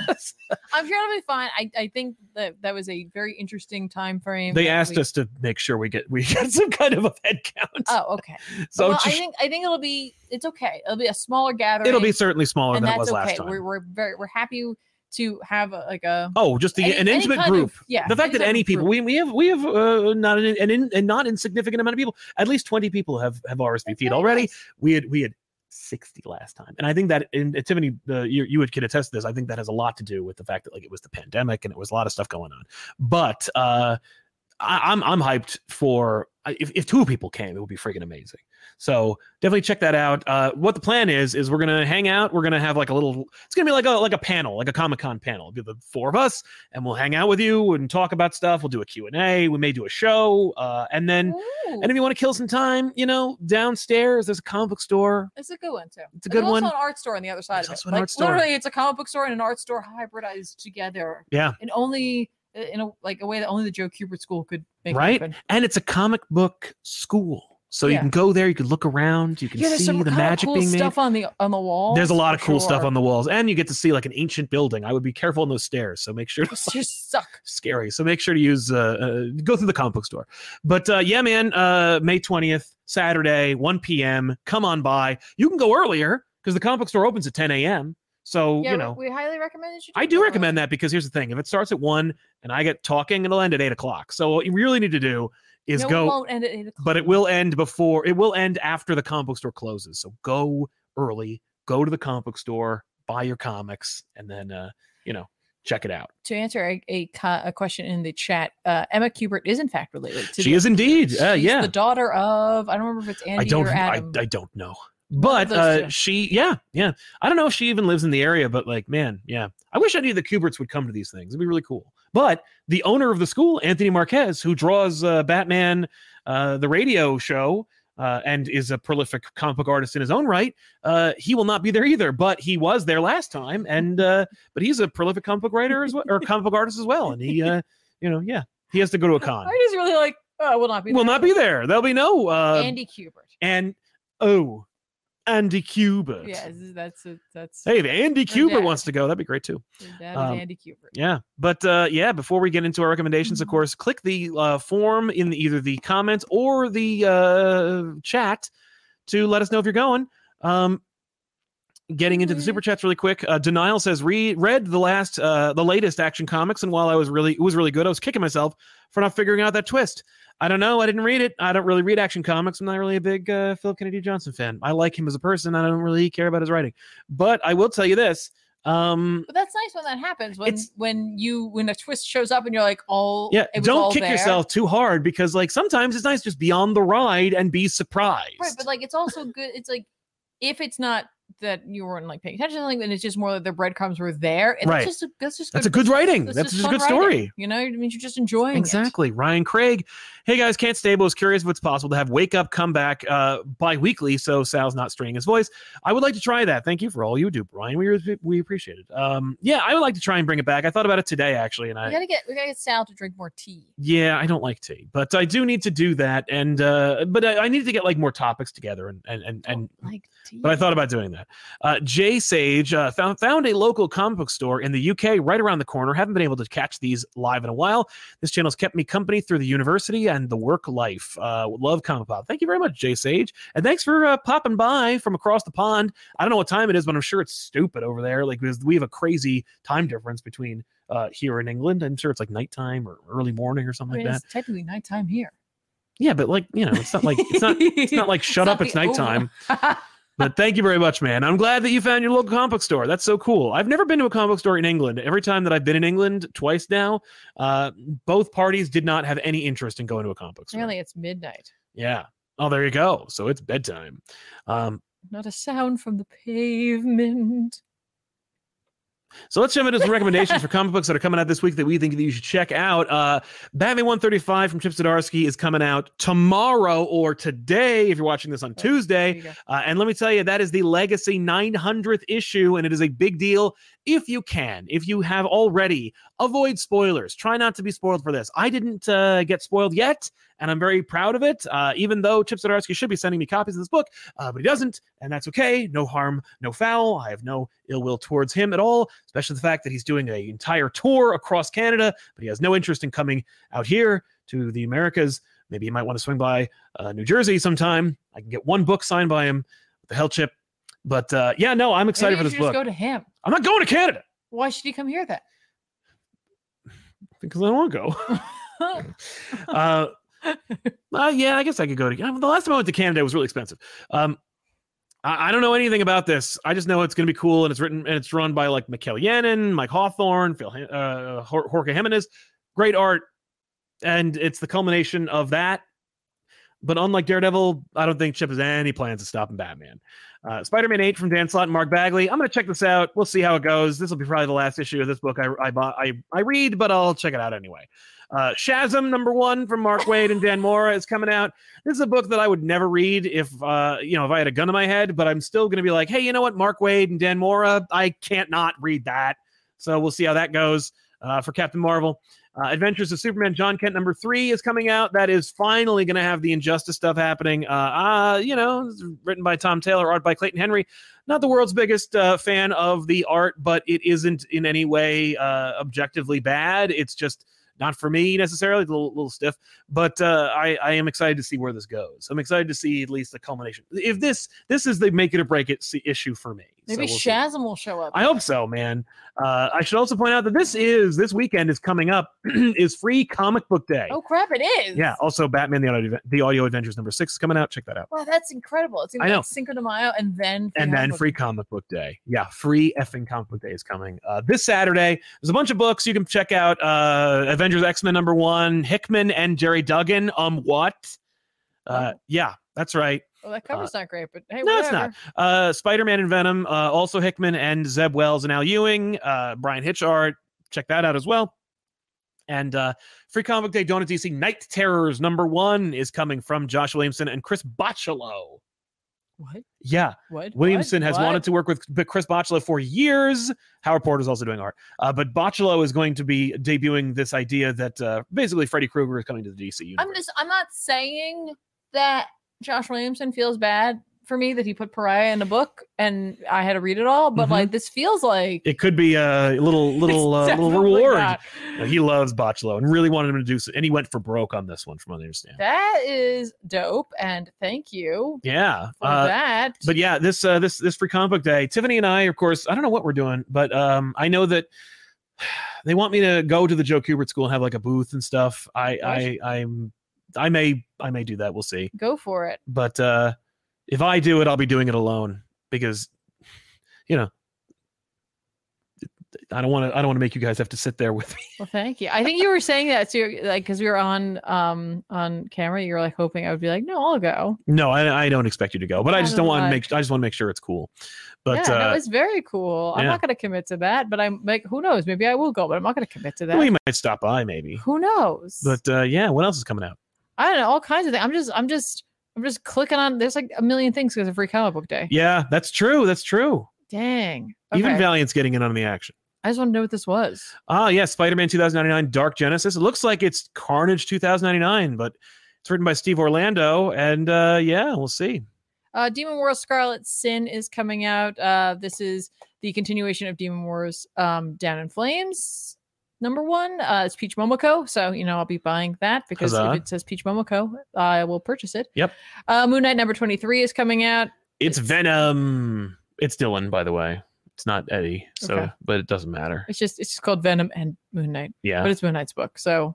A: I'm sure it'll be fine. I, I think that that was a very interesting time frame.
B: they
A: that
B: asked
A: we-
B: us to make sure we get we get [laughs] some kind of a head count.
A: Oh, okay.
B: [laughs] so
A: well,
B: just-
A: I think I think it'll be it's okay. It'll be a smaller gathering.
B: it'll be certainly smaller
A: and
B: than it
A: that's
B: was
A: okay.
B: last time.
A: We're we're very we're happy to have a, like a
B: oh, just the,
A: any-
B: an
A: any
B: intimate
A: kind
B: group.
A: of- yeah.
B: the fact that
A: type
B: any
A: of
B: people
A: group.
B: we, we have we have uh, not an, an, in- a not insignificant amount of people at least 20 people have have
A: That's
B: RSVP'd
A: very
B: already
A: nice.
B: we had we had 60 last time and i think that in uh, tiffany uh, you, you would can attest to this i think that has a lot to do with the fact that like it was the pandemic and it was a lot of stuff going on but uh I, i'm i'm hyped for I- if, if two people came it would be freaking amazing so definitely check that out uh what the plan is is we're gonna hang out we're gonna have like a little it's gonna be like a like a panel like a comic-con panel It'll be the four of us and we'll hang out with you and talk about stuff we'll do a q&a we may do a show uh and then
A: Ooh,
B: and if you want to kill some time, you know, downstairs there's a comic book store.
A: it's a good one too.
B: It's a good
A: There's
B: one.
A: Also an art store on the other side
B: There's
A: of it.
B: also an
A: Like,
B: art store.
A: Literally, it's a comic book store and an art store hybridized together,
B: Yeah.
A: and only uh, in a like a way that only the Joe Kubert School could make
B: Right?
A: happen.
B: And it's a comic book school. So you
A: Yeah.
B: can go there, you can look around, you can
A: Yeah, there's
B: see
A: some
B: the
A: kinda
B: magic
A: cool
B: being made.
A: stuff on the on the wall.
B: There's a lot of
A: [laughs]
B: cool stuff on the walls, and you get to see like an ancient building. I would be careful on those stairs, so make sure [laughs] to
A: Just suck.
B: scary. So make sure to use uh, uh go through the comic book store. But uh yeah, man, uh May 20th, Saturday, 1 p.m. Come on by. You can go earlier because the comic book store opens at 10 a.m. So
A: Yeah,
B: you
A: we-
B: know
A: we highly recommend that you.
B: I do recommend that because here's the thing: if it starts at one and I get talking, it'll end at eight o'clock. So what you really need to do is
A: no,
B: go,
A: It won't end at eight o'clock.
B: but it will end before it will end after the comic book store closes. So go early, go to the comic book store, buy your comics, and then uh, you know check it out.
A: to answer a, a, co- a question in the chat, uh, Emma Kubert is in fact related. To
B: She
A: the,
B: is indeed, uh,
A: she's
B: yeah.
A: the daughter of I don't remember if it's Andy
B: I don't,
A: or
B: I,
A: Adam.
B: I don't know,
A: of
B: but
A: those
B: uh,
A: two.
B: she, yeah, yeah. I don't know if she even lives in the area, but like, man, yeah. I wish any of the Kuberts would come to these things. It'd be really cool. But the owner of the school, Anthony Marquez, who draws uh, Batman, uh, the radio show, uh, and is a prolific comic book artist in his own right, uh, he will not be there either. But he was there last time, and uh, but he's a prolific comic book writer as well, or comic book artist as well, and he, uh, you know, yeah, he has to go to a
A: [laughs]
B: con.
A: I just really like. Oh, I will not be.
B: Will
A: there.
B: not be there. There'll be no uh,
A: Andy Kubert.
B: and oh, Andy Kubert.
A: Yes, that's it. That's
B: Hey, if Andy
A: Her
B: Kubert
A: dad.
B: wants to go, that'd be great too.
A: that is
B: um,
A: Andy Kubert.
B: Yeah. But uh, yeah, before we get into our recommendations, of
A: Mhm.
B: course, click the uh, form in either the comments or the uh, chat to let us know if you're going. Um, getting into the super chats really quick. Uh, Denial says Re- read the last, uh, the latest Action Comics, and while I was really, it was really good. I was kicking myself for not figuring out that twist. I don't know. I didn't read it. I don't really read action comics. I'm not really a big uh, Philip Kennedy Johnson fan. I like him as a person. I don't really care about his writing, but I will tell you this. Um,
A: But that's nice when that happens. When
B: it's-
A: when you when a twist shows up and you're like, all
B: Yeah,
A: it was all
B: don't kick
A: there.
B: yourself too hard because like sometimes it's nice just be on the ride and be surprised.
A: Right, but like it's also good. It's like if it's not that you weren't like paying attention, to something, then it's just more that the breadcrumbs were there. And
B: Right.
A: that's just a, that's just
B: that's a good writing. That's, just a
A: fun
B: good
A: writing,
B: story.
A: You know, I mean, you're just enjoying it.
B: Exactly. Ryan Craig. Hey guys, can't stable. Is curious if it's possible to have Wake Up come back uh, bi-weekly so Sal's not straining his voice. I would like to try that. Thank you for all you do, Brian. We re- we appreciate it. Um, yeah, I would like to try and bring it back. I thought about it today actually, and I
A: We gotta get we gotta get Sal to drink more tea.
B: yeah i don't like tea but i do need to do that and uh but i, I need to get like more topics together and and and,
A: Don't
B: and
A: like tea.
B: but I thought about doing that. Uh, Jay Sage uh, found found a local comic book store in the UK right around the corner. Haven't been able to catch these live in a while. This channel's kept me company through the university and the work life. Uh, love comic pop. Thank you very much, Jay Sage, and thanks for uh, popping by from across the pond. I don't know what time it is, but I'm sure it's stupid over there. Like because we have a crazy time difference between uh, here in England. I'm sure it's like nighttime or early morning or
A: I
B: something
A: mean,
B: like that.
A: it's technically nighttime here.
B: Yeah, but like you know, it's not
A: [laughs]
B: like it's not it's not like shut
A: not
B: up, it's
A: the over-
B: nighttime. But thank you very much, man. I'm glad that you found your local comic book store. That's so cool. I've never been to a comic book store in England. Every time that I've been in England, twice now, uh, both parties did not have any interest in going to a comic book store.
A: Apparently it's midnight.
B: Yeah. Oh, there you go. So it's bedtime. Um,
A: Not a sound from the pavement.
B: so let's jump into some recommendations for comic books that are coming out this week that we think that you should check out. Uh, Batman 135 from Chip Zdarsky is coming out tomorrow or today if you're watching this on
A: Right.
B: Tuesday.
A: There you go.
B: Uh, and let me tell you, that is the Legacy 900th issue, and it is a big deal. if you can, if you have already, avoid spoilers. Try not to be spoiled for this. I didn't uh, get spoiled yet, and I'm very proud of it. Uh, even though Chip Zdarsky should be sending me copies of this book, uh, but he doesn't, and that's okay. No harm, no foul. I have no ill will towards him at all, especially the fact that he's doing an entire tour across Canada, but he has no interest in coming out here to the Americas. Maybe you might want to swing by uh, New Jersey sometime. I can get one book signed by him. What the hell, Chip? But uh, yeah, no, I'm excited
A: Maybe you
B: for this
A: should just
B: book.
A: Go to him.
B: I'm not going to Canada
A: Why should he come here then?
B: because I don't want to go. uh, uh, yeah, I guess I could go to. yeah, The last time I went to Canada it was really expensive. Um, I, I don't know anything about this. I just know it's going to be cool, and it's written and it's run by like Mikhail Yannon, Mike Hawthorne, Phil Hen- uh, Hor- Jorge Jimenez. Great art, and it's the culmination of that. But unlike Daredevil, I don't think Chip has any plans of stopping Batman. Uh, Spider-Man 8 from Dan Slott and Mark Bagley. I'm going to check this out. We'll see how it goes. This will be probably the last issue of this book I I, bought, I, I read, but I'll check it out anyway. Uh, Shazam number one from Mark Wade and Dan Mora is coming out. This is a book that I would never read if uh, you know if I had a gun in my head, but I'm still going to be like, hey, you know what, Mark Wade and Dan Mora, I can't not read that. So we'll see how that goes uh, for Captain Marvel. Uh, Adventures of Superman John Kent number three is coming out. That is finally going to have the injustice stuff happening. Uh, uh, you know, it's written by Tom Taylor, art by Clayton Henry. Not the world's biggest uh, fan of the art, but it isn't in any way uh, objectively bad. It's just not for me necessarily. It's a little, little stiff, but uh, I, I am excited to see where this goes. I'm excited to see at least the culmination. If this this is the make it or break it se- issue for me. So
A: Maybe
B: we'll see.
A: Shazam will show up.
B: I hope so, man. Uh, I should also point out that this is this weekend is coming up [clears throat] is free comic book day.
A: oh crap! It is.
B: Yeah. Also, Batman the audio the audio adventures number six is coming out. Check that out.
A: Wow, that's incredible. It's gonna
B: I
A: be
B: know.
A: like Cinco de Mayo and then
B: and then
A: Halloween.
B: free comic book day. Yeah, free effing comic book day is coming uh, this Saturday. There's a bunch of books you can check out: uh, Avengers, X Men number one, Hickman and Jerry Duggan. Um, what? Uh, yeah, that's right.
A: Well, that cover's not great, but hey,
B: Uh, no,
A: whatever.
B: it's not. Uh, Spider Man and Venom, uh, also Hickman and Zeb Wells and Al Ewing, uh, Brian Hitchart. Check that out as well. And uh, Free Comic Day Dawn at DC Night Terrors number one is coming from Josh Williamson and Chris Bocciolo.
A: What?
B: Yeah,
A: What?
B: Williamson has
A: What?
B: wanted to work with B- Chris Bocciolo for years. Howard Porter is also doing art, uh, but Bocciolo is going to be debuting this idea that uh, basically Freddy Krueger is coming to the DC universe.
A: I'm just. I'm not saying that Josh Williamson feels bad for me that he put Pariah in a book and I had to read it all, but
B: Mhm.
A: like this feels like
B: it could be a little little uh,
A: [laughs] It's
B: little
A: definitely
B: reward.
A: not.
B: Uh, He loves Bocciolo and really wanted him to do so. And he went for broke on this one, from what I understand.
A: That is dope, and thank you
B: yeah.
A: for
B: uh,
A: that.
B: but yeah, this uh, this this free comic book day. Tiffany and I, of course, I don't know what we're doing, but um, I know that [sighs] they want me to go to the Joe Kubert School and have like a booth and stuff. I I I'm I may I may do that. We'll see.
A: Go for it.
B: But uh, if I do it, I'll be doing it alone because you know I don't want to I don't want to make you guys have to sit there with me.
A: Well, thank you. I think you were saying that too, like because we were on um on camera. You were like hoping I would be like, no, I'll go.
B: No, I, I don't expect you to go, but
A: I
B: I just
A: don't
B: don't want to
A: like-
B: make. I just want to make sure it's cool. But
A: yeah, no,
B: uh,
A: it's very cool. I'm
B: yeah.
A: not going to commit to that, but I'm like, who knows? Maybe I will go, but I'm not going to commit to that.
B: we might stop by maybe.
A: who knows?
B: But uh, yeah, what else is coming out?
A: I don't know all kinds of things. I'm just, I'm just, I'm just clicking on. There's like a million things because of Free Comic Book Day.
B: Yeah, that's true. That's true.
A: Dang. Okay.
B: Even Valiant's getting in on the action.
A: I just want to know what this was.
B: Ah, yeah, Spider-Man 2099 Dark Genesis. It looks like it's Carnage 2099, but it's written by Steve Orlando, and uh, yeah, we'll see.
A: Uh, Demon Wars Scarlet Sin is coming out. Uh, this is the continuation of Demon Wars um, Down in Flames. Number one, uh, it's Peach Momoko. So, you know, I'll be buying that because
B: Huzzah.
A: if it says Peach Momoko, I will purchase it.
B: Yep.
A: Uh, Moon Knight number 23 is coming out.
B: It's
A: It's-
B: Venom. It's Dylan, by the way. It's not Eddie, so
A: Okay.
B: but it doesn't matter.
A: It's just it's just called Venom and Moon Knight,
B: Yeah.
A: but it's Moon Knight's book. So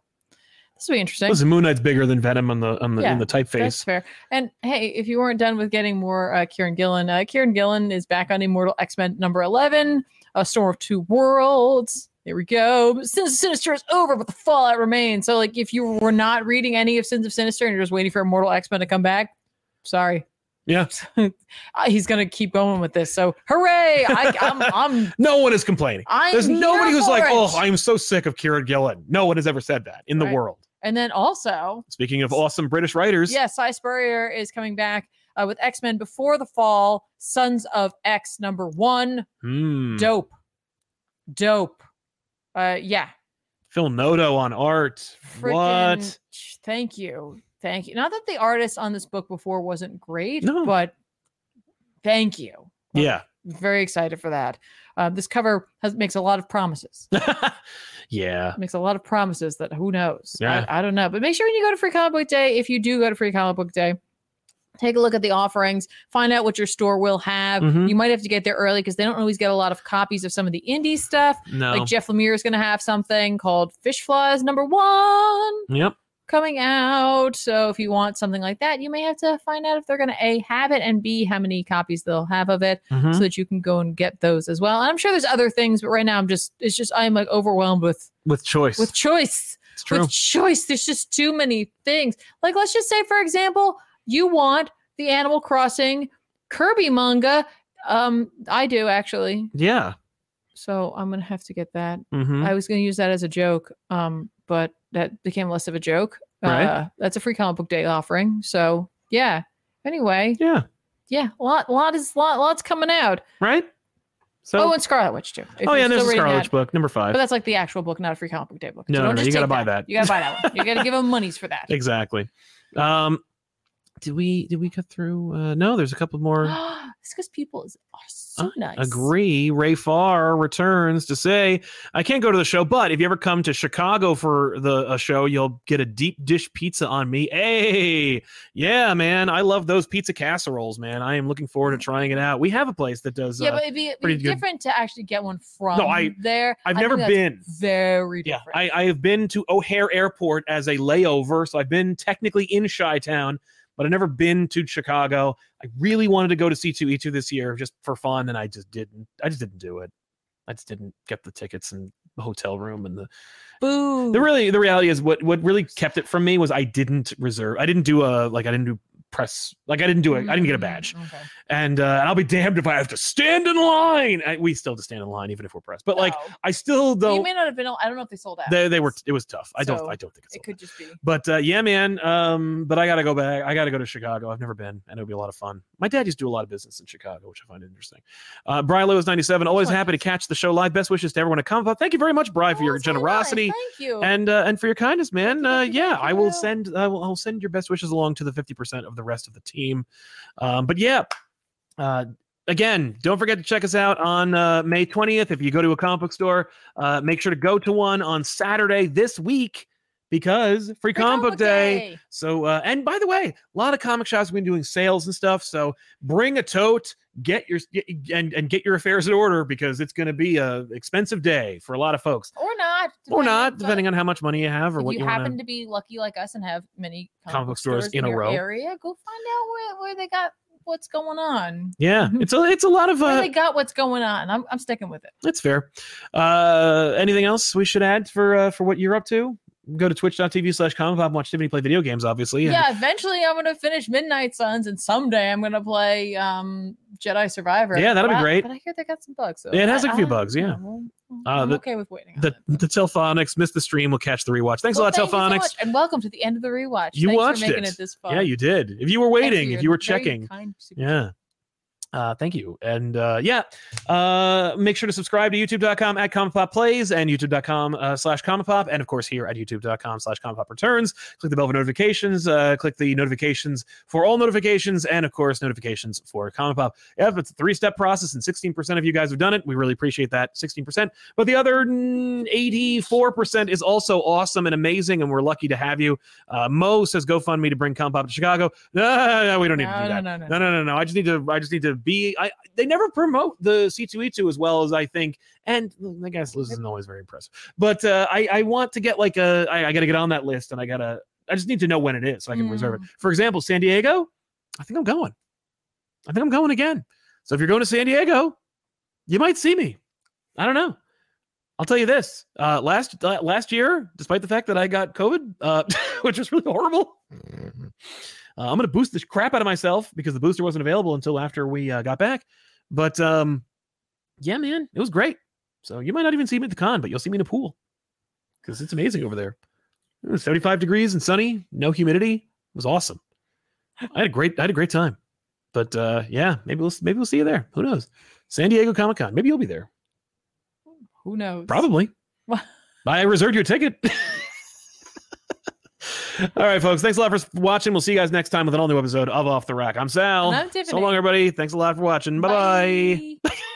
A: this will be interesting.
B: Listen, Moon Knight's bigger than Venom on the on the
A: Yeah,
B: in the
A: That's
B: typeface.
A: fair. And hey, if you weren't done with getting more uh, Kieran Gillen, uh, Kieran Gillen is back on Immortal X Men number 11, A Storm of Two Worlds. There we go. Sins of Sinister is over, but the fallout remains. So, like, if you were not reading any of Sins of Sinister and you're just waiting for Immortal X Men to come back, sorry. [laughs]
B: Yeah.
A: Uh, He's going to keep going with this. So, hooray. I, I'm, I'm,
B: No one is complaining.
A: I'm,
B: [laughs] There's
A: here
B: nobody who's
A: for
B: like,
A: it."
B: oh, I'm so sick of Kieran Gillen. No one has ever said that in the
A: Right.
B: world.
A: and then also,
B: Speaking of awesome British writers,
A: Yeah, Cy Spurrier is coming back uh, with X Men Before the Fall, Sons of X number one.
B: hmm,
A: Dope. dope. Uh, yeah.
B: Phil Noto on art.
A: Frickin'
B: What?
A: sh- Thank you. Thank you. Not that the artist on this book before wasn't great,
B: No.
A: but thank you.
B: Yeah.
A: Very excited for that. Uh, this cover has makes a lot of promises.
B: yeah.
A: makes a lot of promises that who knows?
B: Yeah.
A: I, I don't know. But make sure when you go to Free Comic Book Day, if you do go to Free Comic Book Day, take a look at the offerings, find out what your store will have.
B: Mhm.
A: You might have to get there early because they don't always get a lot of copies of some of the indie stuff.
B: No.
A: Like Jeff Lemire is going to have something called Fish Flies Number One
B: yep.
A: coming out. So if you want something like that, you may have to find out if they're going to A, have it, and B, how many copies they'll have of it
B: Mhm.
A: so that you can go and get those as well. And I'm sure there's other things, but right now I'm just, it's just, I'm like overwhelmed with,
B: With choice.
A: with choice.
B: it's true.
A: With choice. There's just too many things. Like, let's just say, for example, you want the Animal Crossing Kirby manga. Um, I do actually.
B: yeah.
A: So I'm going to have to get that.
B: hmm
A: I was going to use that as a joke, um, but that became less of a joke.
B: Right.
A: Uh, that's a free comic book day offering. So yeah. Anyway,
B: Yeah.
A: yeah, lot lot is lot lots coming out.
B: Right. So.
A: oh, and Scarlet Witch too. if
B: oh
A: you're
B: yeah. There's
A: still
B: a
A: reading
B: Scarlet
A: that.
B: Witch book number five.
A: But that's like the actual book, not a free comic book day book.
B: No, no,
A: don't
B: no,
A: just
B: you gotta
A: take
B: buy that.
A: You gotta buy that one. You
B: [laughs]
A: gotta give them monies for that.
B: exactly. Um. Did we did we cut through? Uh, no, there's a couple more.
A: [gasps] it's because people is, are so nice.
B: Uh, Agree. Ray Farr returns to say, I can't go to the show, but if you ever come to Chicago for the a show, you'll get a deep dish pizza on me. Hey, yeah, man. I love those pizza casseroles, man. I am looking forward to trying it out. We have a place that does.
A: Mm. Yeah,
B: uh,
A: but it'd be, it'd be
B: pretty good-
A: different to actually get one from
B: I-
A: there.
B: I've
A: I think
B: never
A: that's
B: been.
A: very
B: Yeah,
A: different.
B: I, I have been to O'Hare Airport as a layover, so I've been technically in Chi Town, but I've never been to Chicago. I really wanted to go to C2E2 this year just for fun, and I just didn't. I just didn't do it. I just didn't get the tickets and the hotel room and the
A: Boo.
B: the really the reality is what what really kept it from me was I didn't reserve. I didn't do a like I didn't do press like I didn't do it. I didn't get a
A: Mm,
B: badge
A: okay.
B: and uh, and I'll be damned if I have to stand in line. I, we still have to stand in line even if we're pressed, but like
A: No.
B: I still
A: Oh, Well,
B: though
A: you may not have been. I don't know if they sold out.
B: they, they were it was tough. I
A: So,
B: don't I don't think it's
A: It could just be.
B: but uh, yeah, man. Um, but I gotta go back. I gotta go to Chicago. I've never been, and it would be a lot of fun. My dad used to do a lot of business in Chicago, which I find interesting. Uh, Bry Lewis, ninety-seven. Always
A: Oh,
B: happy to catch the show live. Best wishes to everyone at Comic Con. Thank you very much, Bry, for
A: Oh,
B: your
A: that's really nice.
B: generosity
A: Thank you.
B: and uh, and for your kindness, man.
A: you,
B: Uh,
A: thank you,
B: yeah,
A: thank
B: I will
A: you.
B: send I will I'll send your best wishes along to the fifty percent of the rest of the team. Um, but yeah, uh, again, don't forget to check us out on uh, May twentieth. If you go to a comic book store, uh, make sure to go to one on Saturday this week because free, comic, book day. So, uh, and by the way, a lot of comic shops have been doing sales and stuff. So bring a tote, get your get, and and get your affairs in order because it's going to be a expensive day for a lot of folks
A: or not,
B: or not, depending on how much money you have or
A: if
B: what
A: you,
B: you,
A: happen
B: want
A: to be lucky like us and have many
B: Comic book stores in a
A: your
B: row.
A: area, go find out where, where they got what's going on.
B: Yeah,
A: Mm-hmm.
B: it's a it's a lot of
A: Where
B: uh,
A: they got what's going on. I'm, I'm sticking with it.
B: it's fair. Uh, anything else we should add for uh, for what you're up to? Go to twitch.tv slash comic pop and watch Tiffany play video games, obviously.
A: Yeah.
B: and-
A: eventually I'm gonna finish Midnight Suns, and someday I'm gonna play um Jedi Survivor.
B: Yeah, that'll be
A: But I-
B: great.
A: But I hear they got some bugs. So
B: It has
A: I-
B: a few
A: I-
B: bugs, yeah.
A: well,
B: Uh,
A: I'm
B: the-
A: okay with waiting. on
B: The
A: it.
B: the Telphonics missed the stream. We'll catch the rewatch. Thanks
A: Well,
B: a lot,
A: thank you so
B: Telphonics.
A: much, and welcome to the end of the rewatch.
B: You
A: Thanks
B: watched
A: for making
B: it.
A: it. this far.
B: yeah, you did. If you were waiting, if you were checking, yeah uh, thank you and uh, yeah uh, make sure to subscribe to youtube.com at comic pop plays and youtube.com uh, slash comic pop and of course here at youtube.com slash comic pop returns click the bell for notifications uh, click the notifications for all notifications and of course notifications for comic pop yep it's a three step process and 16% of you guys have done it we really appreciate that 16% but the other mm, 84% is also awesome and amazing and we're lucky to have you uh, mo says go fund me to bring comic pop to chicago [laughs] no, no, no, we don't need to do that
A: No, no,
B: no, no, no, no. I just need to. I just need to be. I they never promote the C two E two as well as I think. And I guess Liz isn't always very impressive. But uh, I I want to get like a. I, I got to get on that list, and I gotta. I just need to know when it is so I can reserve it. For example, San Diego. I think I'm going. I think I'm going again. So if you're going to San Diego, you might see me. I don't know. I'll tell you this. Uh, last uh, last year, despite the fact that I got COVID, uh, [laughs] which was really horrible, uh, I'm going to boost the crap out of myself because the booster wasn't available until after we uh, got back. But um, yeah, man, it was great. So you might not even see me at the con, but you'll see me in a pool because it's amazing over there. It was 75 degrees and sunny, no humidity. It was awesome. I had a great I had a great time. But uh, yeah, maybe we'll maybe we'll see you there. Who knows? San Diego Comic Con. Maybe you'll be there.
A: Who knows?
B: Probably.
A: What?
B: I reserved your ticket. [laughs] All right, folks. Thanks a lot for watching. We'll see you guys next time with an all new episode of Off the Rack. I'm Sal.
A: And I'm
B: So long, everybody. Thanks a lot for watching. Bye bye.
A: Bye.